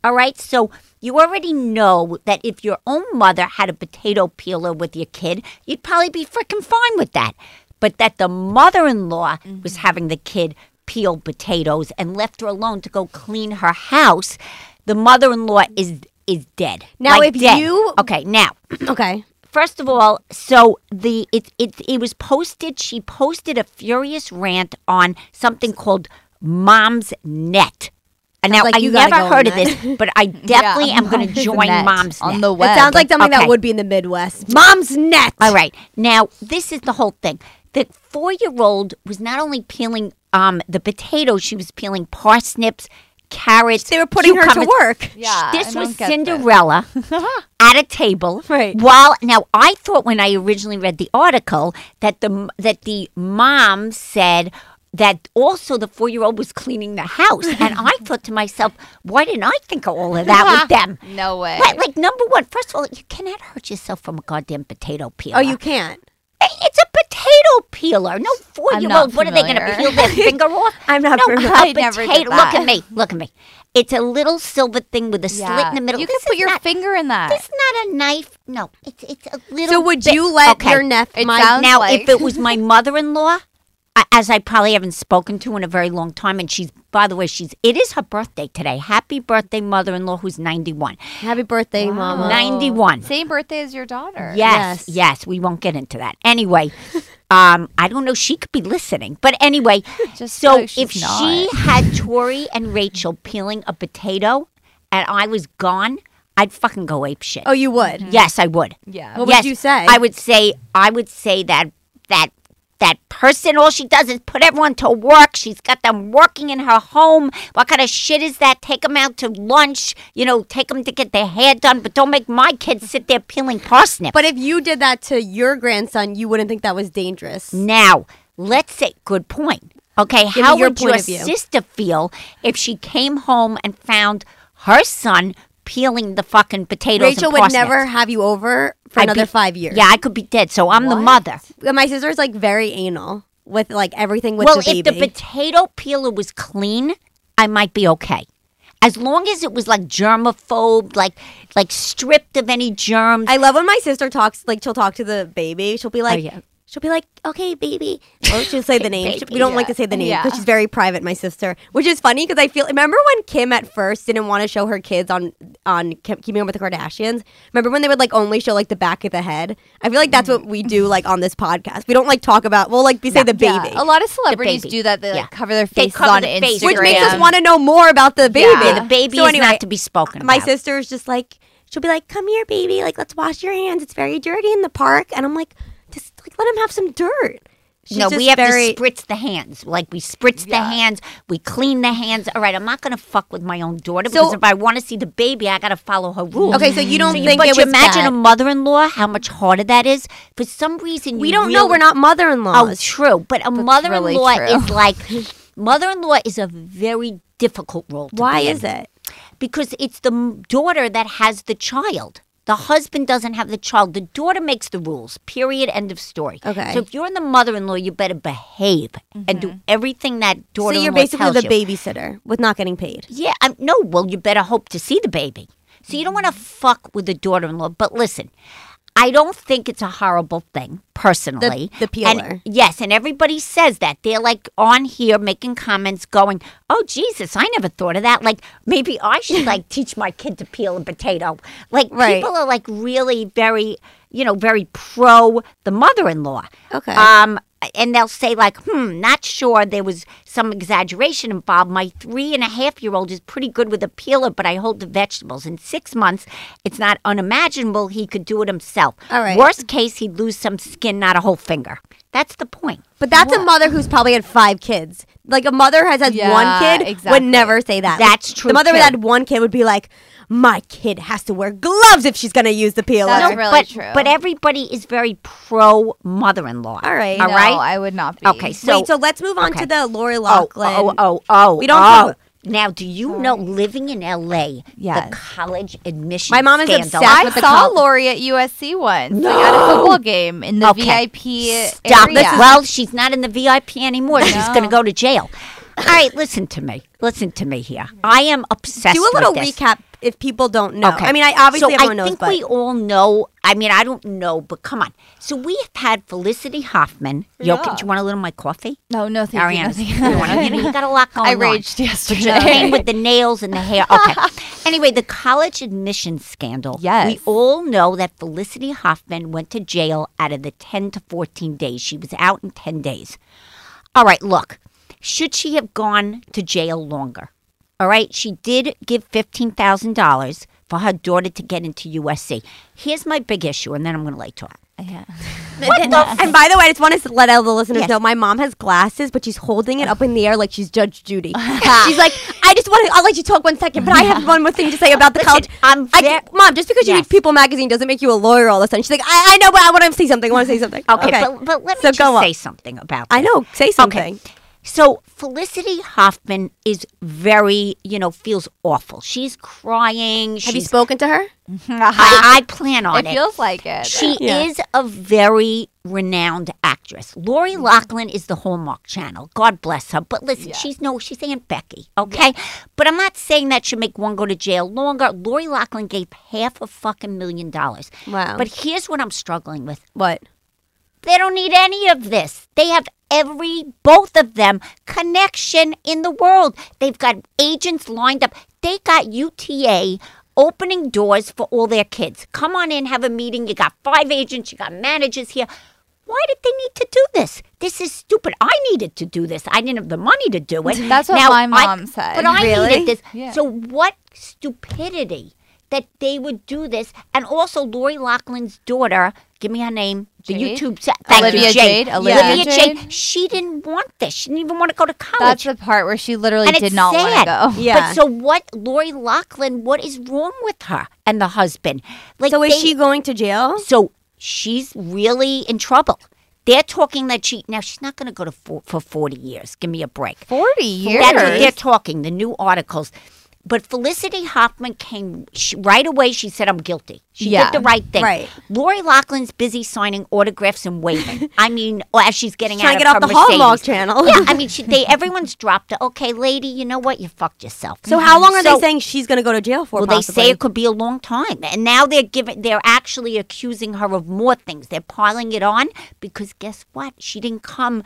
All right, so you already know that if your own mother had a potato peeler with your kid, you'd probably be freaking fine with that. But that the mother in law Mm-hmm. was having the kid peel potatoes and left her alone to go clean her house, the mother in law is is dead. Now, Like, if dead. you- okay now okay. First of all, so the it it it was posted. She posted a furious rant on something called Mom's Net. And now like I you gotta never go heard of on that. this, but I definitely am going to Mom's join Net Mom's on Net. the web. It sounds like something Okay. that would be in the Midwest. Mom's net. All right. Now, this is the whole thing. The four year old was not only peeling um, the potatoes, she was peeling parsnips, carrots. They were putting her to cucumbers. work. Yeah, I this don't was get this. Cinderella at a table. Right. While now, I thought when I originally read the article that the that the mom said that also the four year old was cleaning the house, and I thought to myself, why didn't I think of all of that with them? No way. Like, like number one, first of all, you cannot hurt yourself from a goddamn potato peeler. Oh, you can't. Hey, It's a potato peeler. No four year old. not What are they going to familiar. peel their finger off? I'm not no, familiar. a I never did potato- Look that. at me. Look at me. It's a little silver thing with a slit in the middle. You can This put is your not- finger in that. It's not a knife. No, it's it's a little. So would bit- you let Okay. your nephew? It My sounds now? like- If it was my mother in law, as I probably haven't spoken to in a very long time, and she's by the way, she's it is her birthday today. Happy birthday, mother in law, who's ninety one. happy birthday, Oh. Mama. Ninety one. Same birthday as your daughter. Yes, yes, Yes. we won't get into that. Anyway, um, I don't know. She could be listening, but anyway. Just so like she's if she had Tori and Rachel peeling a potato, and I was gone, I'd fucking go ape shit. Oh, you would. yes, I would. Yeah. What yes, would you say? I would say I would say that that that person all she does is put everyone to work. She's got them working in her home. What kind of shit is that? Take them out to lunch, you know, take them to get their hair done, but don't make my kids sit there peeling parsnips. But if you did that to your grandson, you wouldn't think that was dangerous. Now, let's say, good point. Okay, me how your would point your of view. sister feel if she came home and found her son peeling the fucking potatoes? and Rachel would parsnips? never have you over for I'd another be- five years. Yeah, I could be dead. So I'm the mother. my sister's like very anal with like everything with well, the baby. if the potato peeler was clean, I might be okay. As long as it was like germaphobe, like like stripped of any germs. I love when my sister talks. Like she'll talk to the baby. She'll be like, Oh, yeah. she'll be like, okay, baby. Well, she'll say the name. She- we don't like to say the name because Yeah. she's very private. My sister, which is funny because I feel. Remember when Kim at first didn't want to show her kids on on Ke- Keeping Up with the Kardashians? Remember when they would like only show like the back of the head? I feel like that's Mm. what we do like on this podcast. We don't like talk about. Well, like we say the Yeah. baby. A lot of celebrities baby. do that. They Yeah. like, cover their They faces cover on the Instagram. face. which makes us Instagram. want to know more about the baby. Yeah, the baby So is anyway, not to be spoken my about. sister's just like she'll be like come here baby like let's wash your hands it's very dirty in the park and i'm like just like let him have some dirt She's no, just we have very- to spritz the hands. Like we spritz the hands, we clean the hands. All right, I'm not gonna fuck with my own daughter because if I want to see the baby, I gotta follow her rules. okay so you don't Mm-hmm. think but it you was imagine bad. a mother-in-law, how much harder that is. For some reason, we you don't know really- we're not Oh, mother-in-laws true. But a mother-in-law really true. is like mother-in-law is a very difficult role. To why be in is it because it's the m- daughter that has the child. The husband doesn't have the child. The daughter makes the rules. Period. End of story. Okay. Mm-hmm. So if you're in the mother-in-law, you better behave and do everything that so daughter. you're basically the babysitter with not getting paid Yeah. i no. Well, you better hope to see the baby. So you don't want to fuck with the daughter-in-law. But listen, I don't think it's a horrible thing personally. the And- peeler. yes, and everybody says that they're like on here making comments, going, "Oh Jesus, I never thought of that." Like maybe I should like teach my kid to peel a potato. Like Right. people are like really very, you know, very pro the mother-in-law. Okay. Um, and they'll say like, "Hmm, not sure. There was some exaggeration involved. My three and a half year old is pretty good with a peeler, but I hold the vegetables. In six months, it's not unimaginable he could do it himself. All right. Worst case, he'd lose some skin, not a whole finger. That's the point. but that's a mother who's probably had five kids like a mother has had one Yeah, kid exactly. would never say that That's Like, true, the mother too. that had one kid would be like my kid has to wear gloves if she's gonna use the peeler That's really but, true. But everybody is very pro mother in law. all right No, All right? I would not be. Okay, so, Wait, so let's move on okay. to the Lori oh, Loughlin. oh, oh, oh, We don't oh. have- now, do you know living in LA, Yes. the college admission My mom is scandal? obsessed I with the saw col- Lori at USC once, like at a football game in the Okay. VIP Stop area. it. Well, she's not in the VIP anymore. She's going to go to jail. All right, listen to me. Listen to me here. I am obsessed Do a little with this. recap if people don't know. I mean, I obviously so everyone I knows, think but we all know. I- I mean, I don't know, but come on. So we have had Felicity Hoffman. Yo, Yeah. do you want a little of my coffee? No, no, thank you. Ariana, no, thank you, know, you, got a lot going I on. raged The thing yesterday. with the nails and the hair. Okay. anyway, the college admissions scandal. Yes. We all know that Felicity Hoffman went to jail out of the 10 to 14 days. She was out in 10 days. All right, look, should she have gone to jail longer? All right, she did give $15,000 for her daughter to get into USC. Here's my big issue, and then I'm going to lay to it. Yeah. and by the way, I just want to let all the listeners Yes. know my mom has glasses, but she's holding it up in the air like she's Judge Judy. she's like, I just want to. I'll let you talk one second, but I have one more thing to say about the Listen, college. I'm I, ver- can't- mom, just because you Yes. read People magazine doesn't make you a lawyer all of a sudden. She's like, I, I know, but I want to say something. I want to say something. Okay, But, but let me So just go on. say something about I this. know. Say something. So Felicity Hoffman is very, you know, feels awful. She's crying. Have you she's, spoken to her? I, I plan on it it. feels like it. She Yeah. is a very renowned actress. Lori Lachlan is the Hallmark Channel. God bless her. But listen, she's no, she's Aunt Becky, okay? But I'm not saying that should make one go to jail longer. Lori Lachlan gave half a fucking million dollars. Wow. But here's what I'm struggling with. What? They don't need any of this. They have every, both of them, connection in the world. They've got agents lined up. They got UTA opening doors for all their kids. Come on in, have a meeting. You got five agents, you got managers here. Why did they need to do this? This is stupid. I needed to do this. I didn't have the money to do it. That's what Now, my I- mom said. But I Really? needed this. Yeah. So what stupidity that they would do this. And also Lori Lachlan's daughter, give me her name, the Jade? YouTube se- thank Olivia you, Jade. Jade? Olivia Jade. Jade? She didn't want this. She didn't even want to go to college. That's the part where she literally and did it's not want to sad. go. Yeah. But so what Lori Lachlan, what is wrong with her and the husband? Like So is they- she going to jail? so she's really in trouble. They're talking that she now she's not going to go to for, for 40 years. Give me a break. Forty years. That's what they're talking, the new articles. But Felicity Hoffman came she, right away. She said, I'm guilty. She Yeah, did the right thing. right. Lori Lachlan's busy signing autographs and waving. I mean, or as she's getting Trying out to get of off the her Hallmark Mercedes. channel. Yeah, I mean, she, they everyone's dropped. it. Okay, lady, you know what? You fucked yourself. Mm-hmm. So how long are So- they saying she's going to go to jail for? well, possibly? they say it could be a long time, and now they're giving. They're actually accusing her of more things. They're piling it on because guess what? She didn't come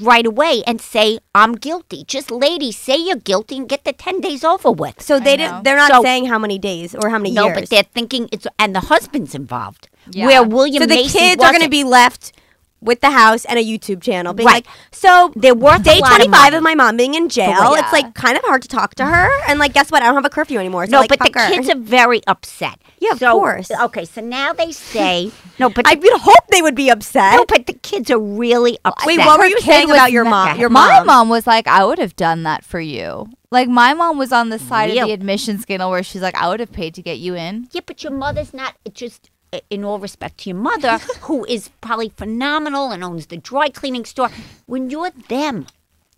right away and say I'm guilty. Just lady, say you're guilty and get the ten days over with. So they did, know. they're not So- saying how many days or how many no, years. but they're thinking it's and the husband's involved. Yeah. Where William so the Macy kids are going to wasn't. be left with the house and a YouTube channel, being like, Right. so They're worth a day lot of twenty five money. of my mom being in jail. yeah. It's like kind of hard to talk to her, and like, guess what? I don't have a curfew anymore. So No, like, but the fuck her. kids are very upset. Yeah, of So- course. Okay, so now they say no, but I the, would hope they would be upset. no, but the kids are really upset. Wait, what were you kid saying was about your mad. mom? Your My mom. mom was like, I would have done that for you. Like my mom was on the side of Real. the admission scandal where she's like, I would have paid to get you in. Yeah, but your mother's not. It just, i- in all respect to your mother, who is probably phenomenal and owns the dry cleaning store. When you're them,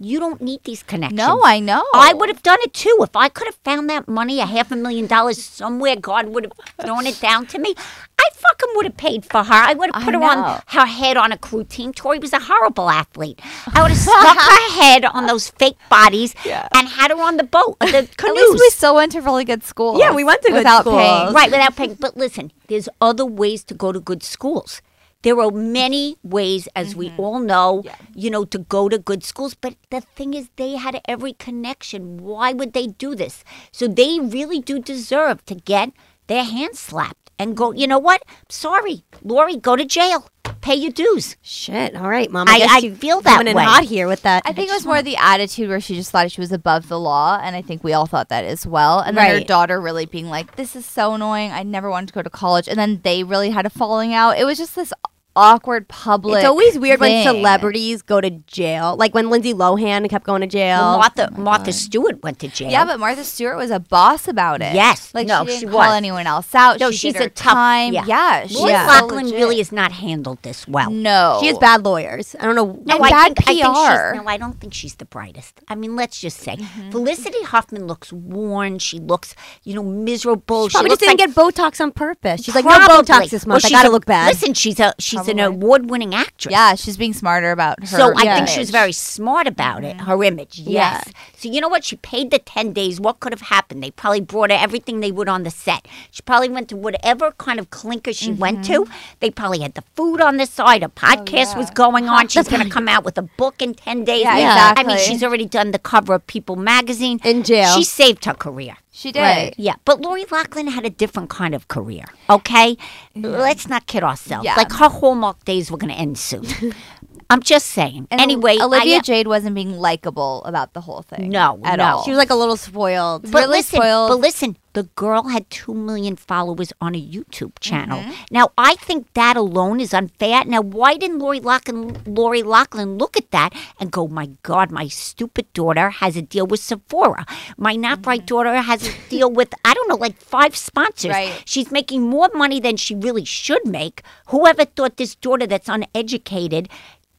you don't need these connections. No, I know. I would have done it too if I could have found that money, a half a million dollars somewhere. God would have thrown it down to me. I fucking would have paid for her. I would have I put her know. on her head on a crew team. Tori was a horrible athlete. I would have stuck her head on those fake bodies and had her on the boat, the At canoes. least we still went to really good schools. Yeah, we went to good without schools. paying. Right, without paying. But listen, there's other ways to go to good schools. There are many ways, as we Mm-hmm. all know, you know, to go to good schools. But the thing is, they had every connection. Why would they do this? So they really do deserve to get their hands slapped and go. You know what? Sorry, Lori, go to jail. Pay your dues. Shit. All right, mom. I- guess I you feel that coming in way. hot here with that. I think it was more the attitude where she just thought she was above the law, and I think we all thought that as well. And then her Right. daughter really being like, "This is so annoying. I never wanted to go to college." And then they really had a falling out. It was just this awkward public. It's always weird when thing. celebrities go to jail. Like when Lindsay Lohan kept going to jail. Well, Martha Martha Stewart went to jail. Oh Yeah, but Martha Stewart was a boss about it. Yes. like No, she didn't she call was. anyone else out. no, she she's did a her tough time. Yeah, she's Lori so Lachlan legit. really has not handled this well. no. she has bad lawyers. I don't know. No, And I bad think, I think PR. she's, no, I don't think she's the brightest. I mean, let's just say Mm-hmm. Felicity Huffman looks worn. She looks, you know, miserable. Oh, She Probably just looks didn't like, get Botox on purpose. She's like, no Probably. Botox this Well, month. I she's gotta a- look bad. Listen, she's a she's She's an award winning actress. Yeah, she's being smarter about her. So I think image. Mm-hmm. she was very smart about it, her image. Yes. So you know what? She paid the 10 days. What could have happened? They probably brought her everything they would on the set. She probably went to whatever kind of clinker she went to. Mm-hmm. They probably had the food on the side. Oh, A podcast was going on. She's going to come out with a book in 10 days. Yeah, I mean, exactly. she's already done the cover of People magazine. In jail. She saved her career. She did. Right. Yeah, but Lori Lachlan had a different kind of career. Okay, let's not kid ourselves. Yeah. Like her Hallmark days were going to end soon. I'm just saying. And anyway, I- uh, Olivia Jade wasn't being likable about the whole thing. No, at no. all. She was like a little spoiled. but really listen, spoiled. but listen, the girl had two million followers on a YouTube channel. Mm-hmm. Now I think that alone is unfair. Now why didn't Lori Lachlan, Lori Lachlan look at that and go, "My God, my stupid daughter has a deal with Sephora. My not Mm-hmm. right daughter has a deal with I don't know, like five sponsors. Right. She's making more money than she really should make. Whoever thought this daughter that's uneducated."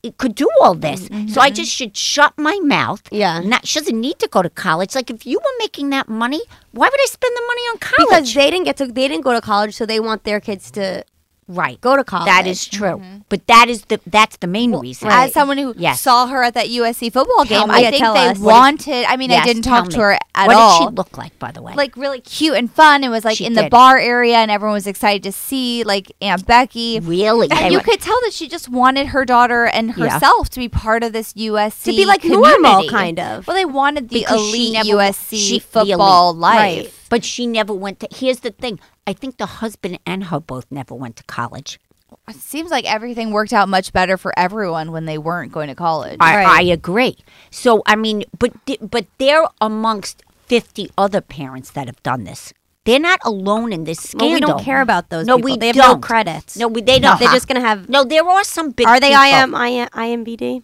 It could do all this, so Mm-hmm. I just should shut my mouth. Yeah. not she doesn't need to go to college. Like if you were making that money, why would I spend the money on college? because they didn't get to they didn't go to college, so they want their kids to right, go to college. that is true. But that is the that's the main reason. Mm-hmm. As someone who Yes. saw her at that USC football game, me. Yeah, I think tell they us. What wanted. I mean, Yes, I didn't tell talk me. to her at what all. did she look like, by the way? like really cute and fun. It was like She in did. the bar area, and everyone was excited to see like Aunt Becky. really? And They you were- could tell that she just wanted her daughter and Yeah. herself to be part of this USC To be, like, community. normal, kind of. Well, they wanted the Because she elite never- USC she- the football elite. life. Right. but she never went to. Here's the thing: I think the husband and her both never went to college. It seems like everything worked out much better for everyone when they weren't going to college. I, I agree. So I mean, but th- but they're amongst fifty other parents that have done this. They're not alone in this scandal. Well, we don't care about those. No, people. we they have no don't. credits. No, we, they don't. They're just gonna have. No, there are some big. Are they people. IM, IM, IMBD?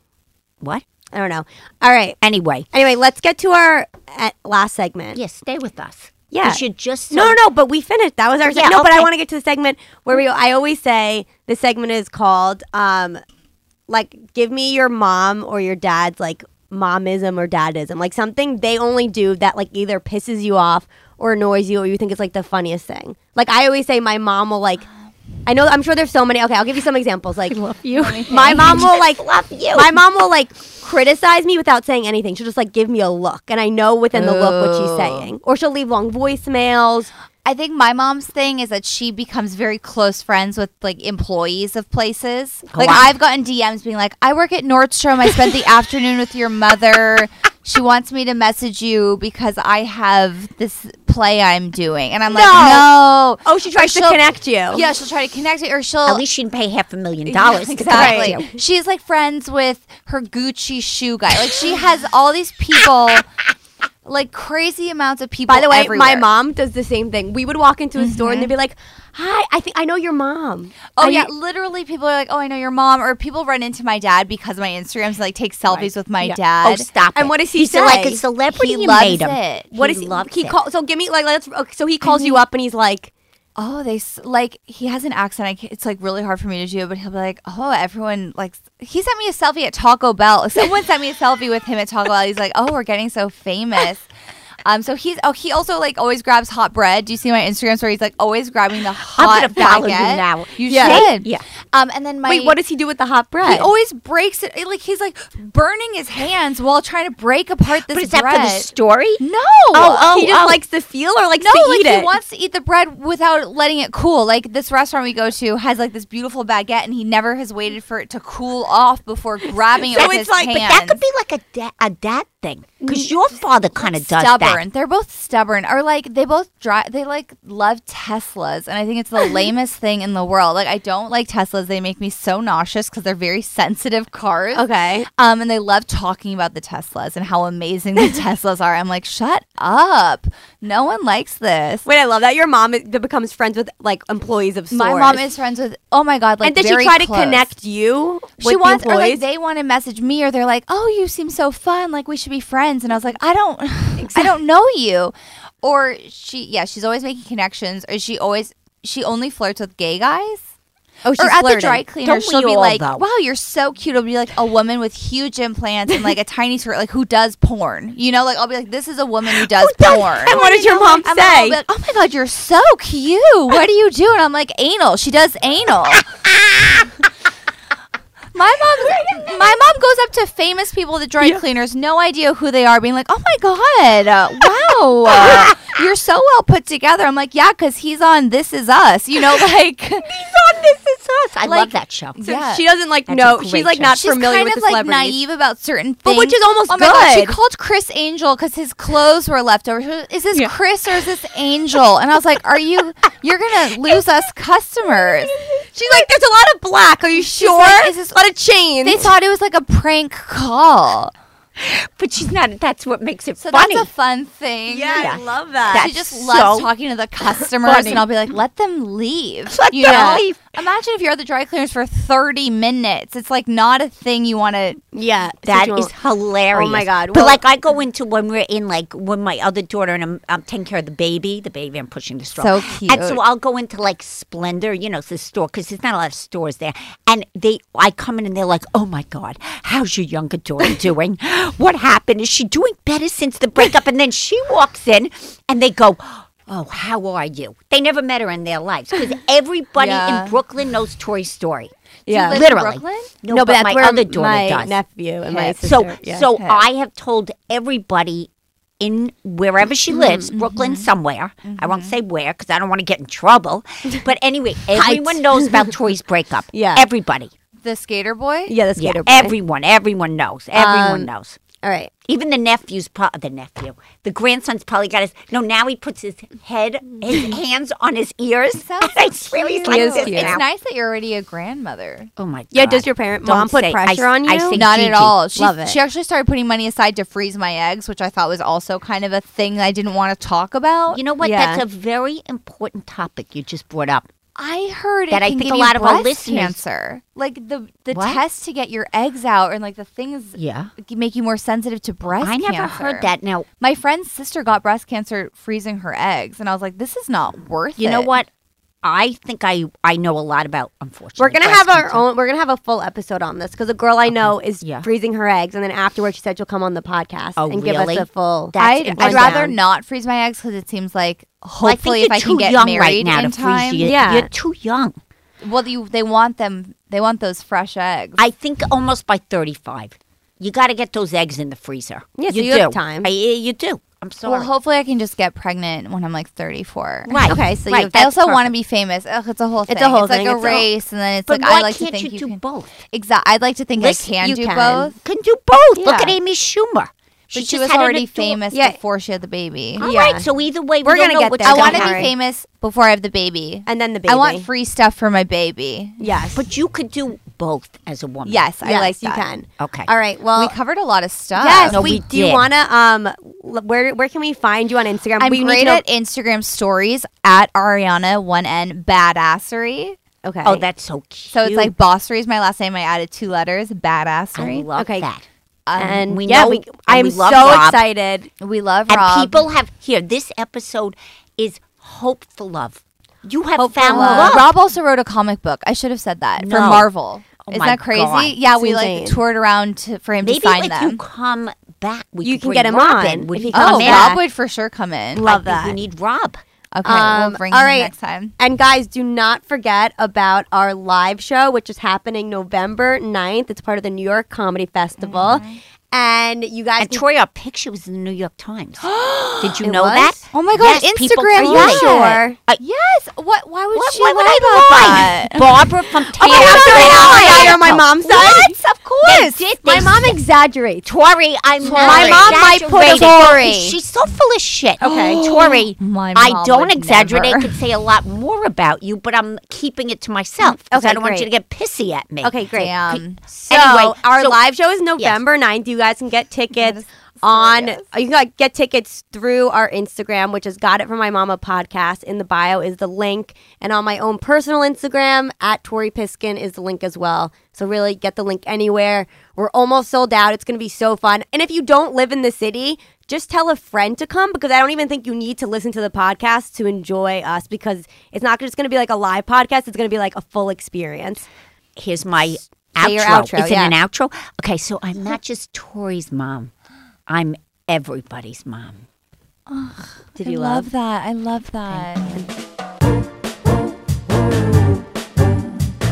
What? I don't know. All right. Anyway. Anyway, let's get to our uh, last segment. Yes, stay with us. Yeah. You should just. No, no, no, but we finished. That was our Yeah, segment. No, but okay. I want to get to the segment where we. I always say the segment is called, um, like, give me your mom or your dad's like momism or dadism, like something they only do that like either pisses you off or annoys you or you think it's like the funniest thing. Like I always say, my mom will like. I know. I'm sure there's so many. Okay, I'll give you some examples. Like you. My mom will like love you. My mom will like criticize me without saying anything. She'll just like give me a look, and I know within the look what she's Ooh. saying. Or she'll leave long voicemails. I think my mom's thing is that she becomes very close friends with like employees of places. Like wow. I've gotten DMs being like, "I work at Nordstrom. I spent the afternoon with your mother. She wants me to message you because I have this play I'm doing." And I'm like, "No." Oh, she tries Or to she'll- connect you. Yeah, she'll try to connect it, or she'll At least she'd pay half a million dollars. to collect exactly. you. She's like friends with her Gucci shoe guy. Like she has all these people, like crazy amounts of people. By the way, my everywhere. Mm-hmm. mom does the same thing. We would walk into a store and they'd be like, "Hi, I think I know your mom." Oh I- yeah, literally people are like, "Oh, I know your mom," or people run into my dad because of my Instagram. So like, take selfies with my dad. Oh, stop. And it. what does he He's say? like a celebrity. He you loves made him. it. Mm-hmm. What he is loves he it. call? So give me like let's. Okay, so he calls you up and he's like, Oh, they s- like he has an accent. I ca it's like really hard for me to do, but he'll be like, "Oh, everyone like." He sent me a selfie at Taco Bell. Someone sent me a selfie with him at Taco Bell. He's like, "Oh, we're getting so famous." Um, so he's oh he also like always grabs hot bread. Do you see my Instagram story? He's like always grabbing the hot gonna follow you baguette. now. You Yeah. should. Yeah. Um, and then my "Wait, what does he do with the hot bread?" He oh, always breaks it. it- Like he's like burning his hands while trying to break apart this But is bread. that for the story? no. Oh, oh, he just oh. likes the feel or likes No, to like eat he it. wants to eat the bread without letting it cool. Like this restaurant we go to has like this beautiful baguette, and he never has waited for it to cool off before grabbing it So with it's his like, hands. but that could be like a, da- a dad thing. Because Mm, your father kind of does stubborn. They're both stubborn, or like they both drive. They like love Teslas, and I think it's the lamest thing in the world. Like I don't like Teslas; they make me so nauseous because they're very sensitive cars. Okay. Um, and they love talking about the Teslas and how amazing the Teslas are. I'm like, shut up! No one likes this. Wait, I love that your mom is- that becomes friends with like employees of stores. My mom is friends with. Oh my god! Like, and did she very try to close. connect you? With She wants, the or like employees? they want to message me, or they're like, "Oh, you seem so fun. Like we should be friends." And I was like, "I don't, I don't know you." Or she, yeah, she's always making connections, or she always, she only flirts with gay guys. oh, she's or at flirting. the dry cleaner, Don't she'll we be all, like, though? "Wow, you're so cute." It'll be like a woman with huge implants and like a tiny skirt, like who does porn? You know, like I'll be like, "This is a woman who does porn." And what does your mom I'm say? I'll be like, "Oh my god, you're so cute. What do you do?" And I'm like, "Anal." She does anal. My mom, my mom goes up to famous people, the dry cleaners, no idea who they are, being like, "Oh my god, uh, wow, uh, you're so well put together." I'm like, "Yeah, because he's on This Is Us," you know, like on This Is Us. I love Like- that show. So Yeah. She doesn't like That's a know. great She's like show. not she's familiar kind with of the like celebrities. naive about certain things, But which is almost oh my god, she good. called Chris Angel because his clothes were left over. She was, Is this Chris or is this Angel? And I was like, "Are you? You're gonna lose us customers." She's like, there's a lot of black. Are you sure? like, is this- a lot of chains. They thought it was like a prank call. But she's not. That's what makes it So funny. that's a fun thing. Yeah. love that. she That's just loves so talking to the customers, funny. and I'll be like, "Let them leave." Let you them know? leave. Imagine if you're at the dry cleaners for thirty minutes. It's like not a thing you want to. Yeah, That so is hilarious. Oh my God. but Well- like I go into when we're in like when my other daughter and I'm, I'm taking care of the baby, the baby I'm pushing the stroller. So And so cute. I'll go into like Splendor, you know, it's the store because there's not a lot of stores there. And they, I come in and they're like, "Oh my God, how's your younger daughter doing? what happened? Is she doing better since the breakup?" And then she walks in, and they go. Oh, how are you? They never met her in their lives because everybody Yeah. in Brooklyn knows Tori's story. Yeah. live in literally. Brooklyn? No, but, my other daughter my does. nephew and my sister. So, yeah. so I have told everybody in wherever she Mm-hmm, lives, Brooklyn somewhere. I won't say where because I don't want to get in trouble. But anyway, everyone knows about Tori's breakup. Yeah. everybody. The skater boy. yeah, that's Yeah, skater boy. everyone. Everyone knows. Everyone Um, knows. All right. Even the nephew's, pro- the nephew, the grandson's probably got his. No, now he puts his head, his hands on his ears. sounds And it's really Cute. like this It's now. nice that you're already a grandmother. Oh my god! Yeah, does your parent Don't mom put say- I pressure s- on you? I say Not Gigi. at all. She, Love it. she actually started putting money aside to freeze my eggs, which I thought was also kind of a thing I didn't want to talk about. You know what? Yeah. That's a very important topic you just brought up. I heard that it I can think give a you lot of our breast listeners- cancer, like the the What? test to get your eggs out, and like the things Yeah. make you more sensitive to breast. I never cancer. heard that. Now, My friend's sister got breast cancer freezing her eggs, and I was like, "This is not worth you it." know what? I think I I know a lot about. Unfortunately, We're gonna breast have our cancer. own. We're gonna have a full episode on this because a girl I know is Yeah. freezing her eggs, and then afterwards she said she'll come on the podcast Oh, and give us really? a full. That's I'd, I'd important. rather Down. not freeze my eggs because it seems like Well, hopefully I think if I you're can too get young married right now in to freeze time, you. Yeah. You're too young. well, you, they want them. They want those fresh eggs. I think almost by 35, you got to get those eggs in the freezer. Yeah, so you, you do. have time. I, eh, you do. I'm sorry. well, hopefully I can just get pregnant when I'm like 34. right. Okay, so you- right. I that's also want to perfect. be famous. Ugh, it's a whole thing. It's a whole thing, like a it's a whole- race, and then it's But like why I like can't to think you, do can. both? Exactly. I'd like to think Listen, I can you do can. both. Can do both. Look at Yeah. Amy Schumer. But she just was had an already adorable- famous Yeah. before she had the baby. All Yeah. right. So either way, we We're don't gonna know get what's there. I Don't want to worry. be famous before I have the baby. and then the baby. I want free stuff for my baby. Yes. But you could do both as a woman. Yes, I yes, like you that. can. Okay. All right. Well. we covered a lot of stuff. Yes, Uh, No, we, we do. You did. wanna um, l- where where can we find you on Instagram? I'm we need to great know- at Instagram stories at Ariana one N badassery. okay. Oh, that's so cute. So it's like bossery is my last name. I added two letters, Um, badassery. I love Okay. that. and we um, yeah, know- we, and I am we so love Rob. excited. we love And Rob. people have here. This episode is hope for love. You have Hope for found love. love. Oh, Rob also wrote a comic book. I should have said that for No. Marvel. Oh Isn't my that crazy? God. Yeah, we It's like insane. toured around to, for him Maybe to sign if them. you come back, we You could can bring get him Robin. on Would if he he oh, comes come in? back. Rob would for sure come in. Love I think that. We need Rob. Okay, Um, we'll bring all him right. next time. And guys, do not forget about our live show, which is happening November 9th. It's part of the New York Comedy Festival. And you guys And can- Troy, our picture was in the New York Times. Did you It know was? that? Oh my God, Yes, people Instagram freaked that. out. Sure. I- Yes. What? Why would What- she why would lie about I lie? that? Barbara from Tampa. Wait, I'm sorry, Ally, now you're on my No. mom's side. What? Of course. They did. My They mom exaggerates. Tori, I'm My mom might put a Tori. She's so full of shit. Okay. Tori, My I mom don't would exaggerate. I never. could say a lot more about you, but I'm keeping it to myself because Mm, Okay, I don't want you to great. get pissy at me. Okay, great. Um, Damn. So Anyway, our so- live show is November 9th. You guys can get tickets on you can like, get tickets through our Instagram, which is Got It From My Mama podcast. In the bio is the link. And on my own personal Instagram at Tori Piskin is the link as well. So really get the link anywhere. We're almost sold out. It's gonna be so fun. And if you don't live in the city, just tell a friend to come because I don't even think you need to listen to the podcast to enjoy us because it's not just going to be like a live podcast. It's going to be like a full experience. Here's my Say your outro. outro, Is yeah. it an outro? Okay, so I'm not just Tori's mom. I'm everybody's mom. Did I you love that. I love that.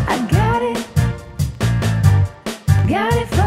I got it. got it from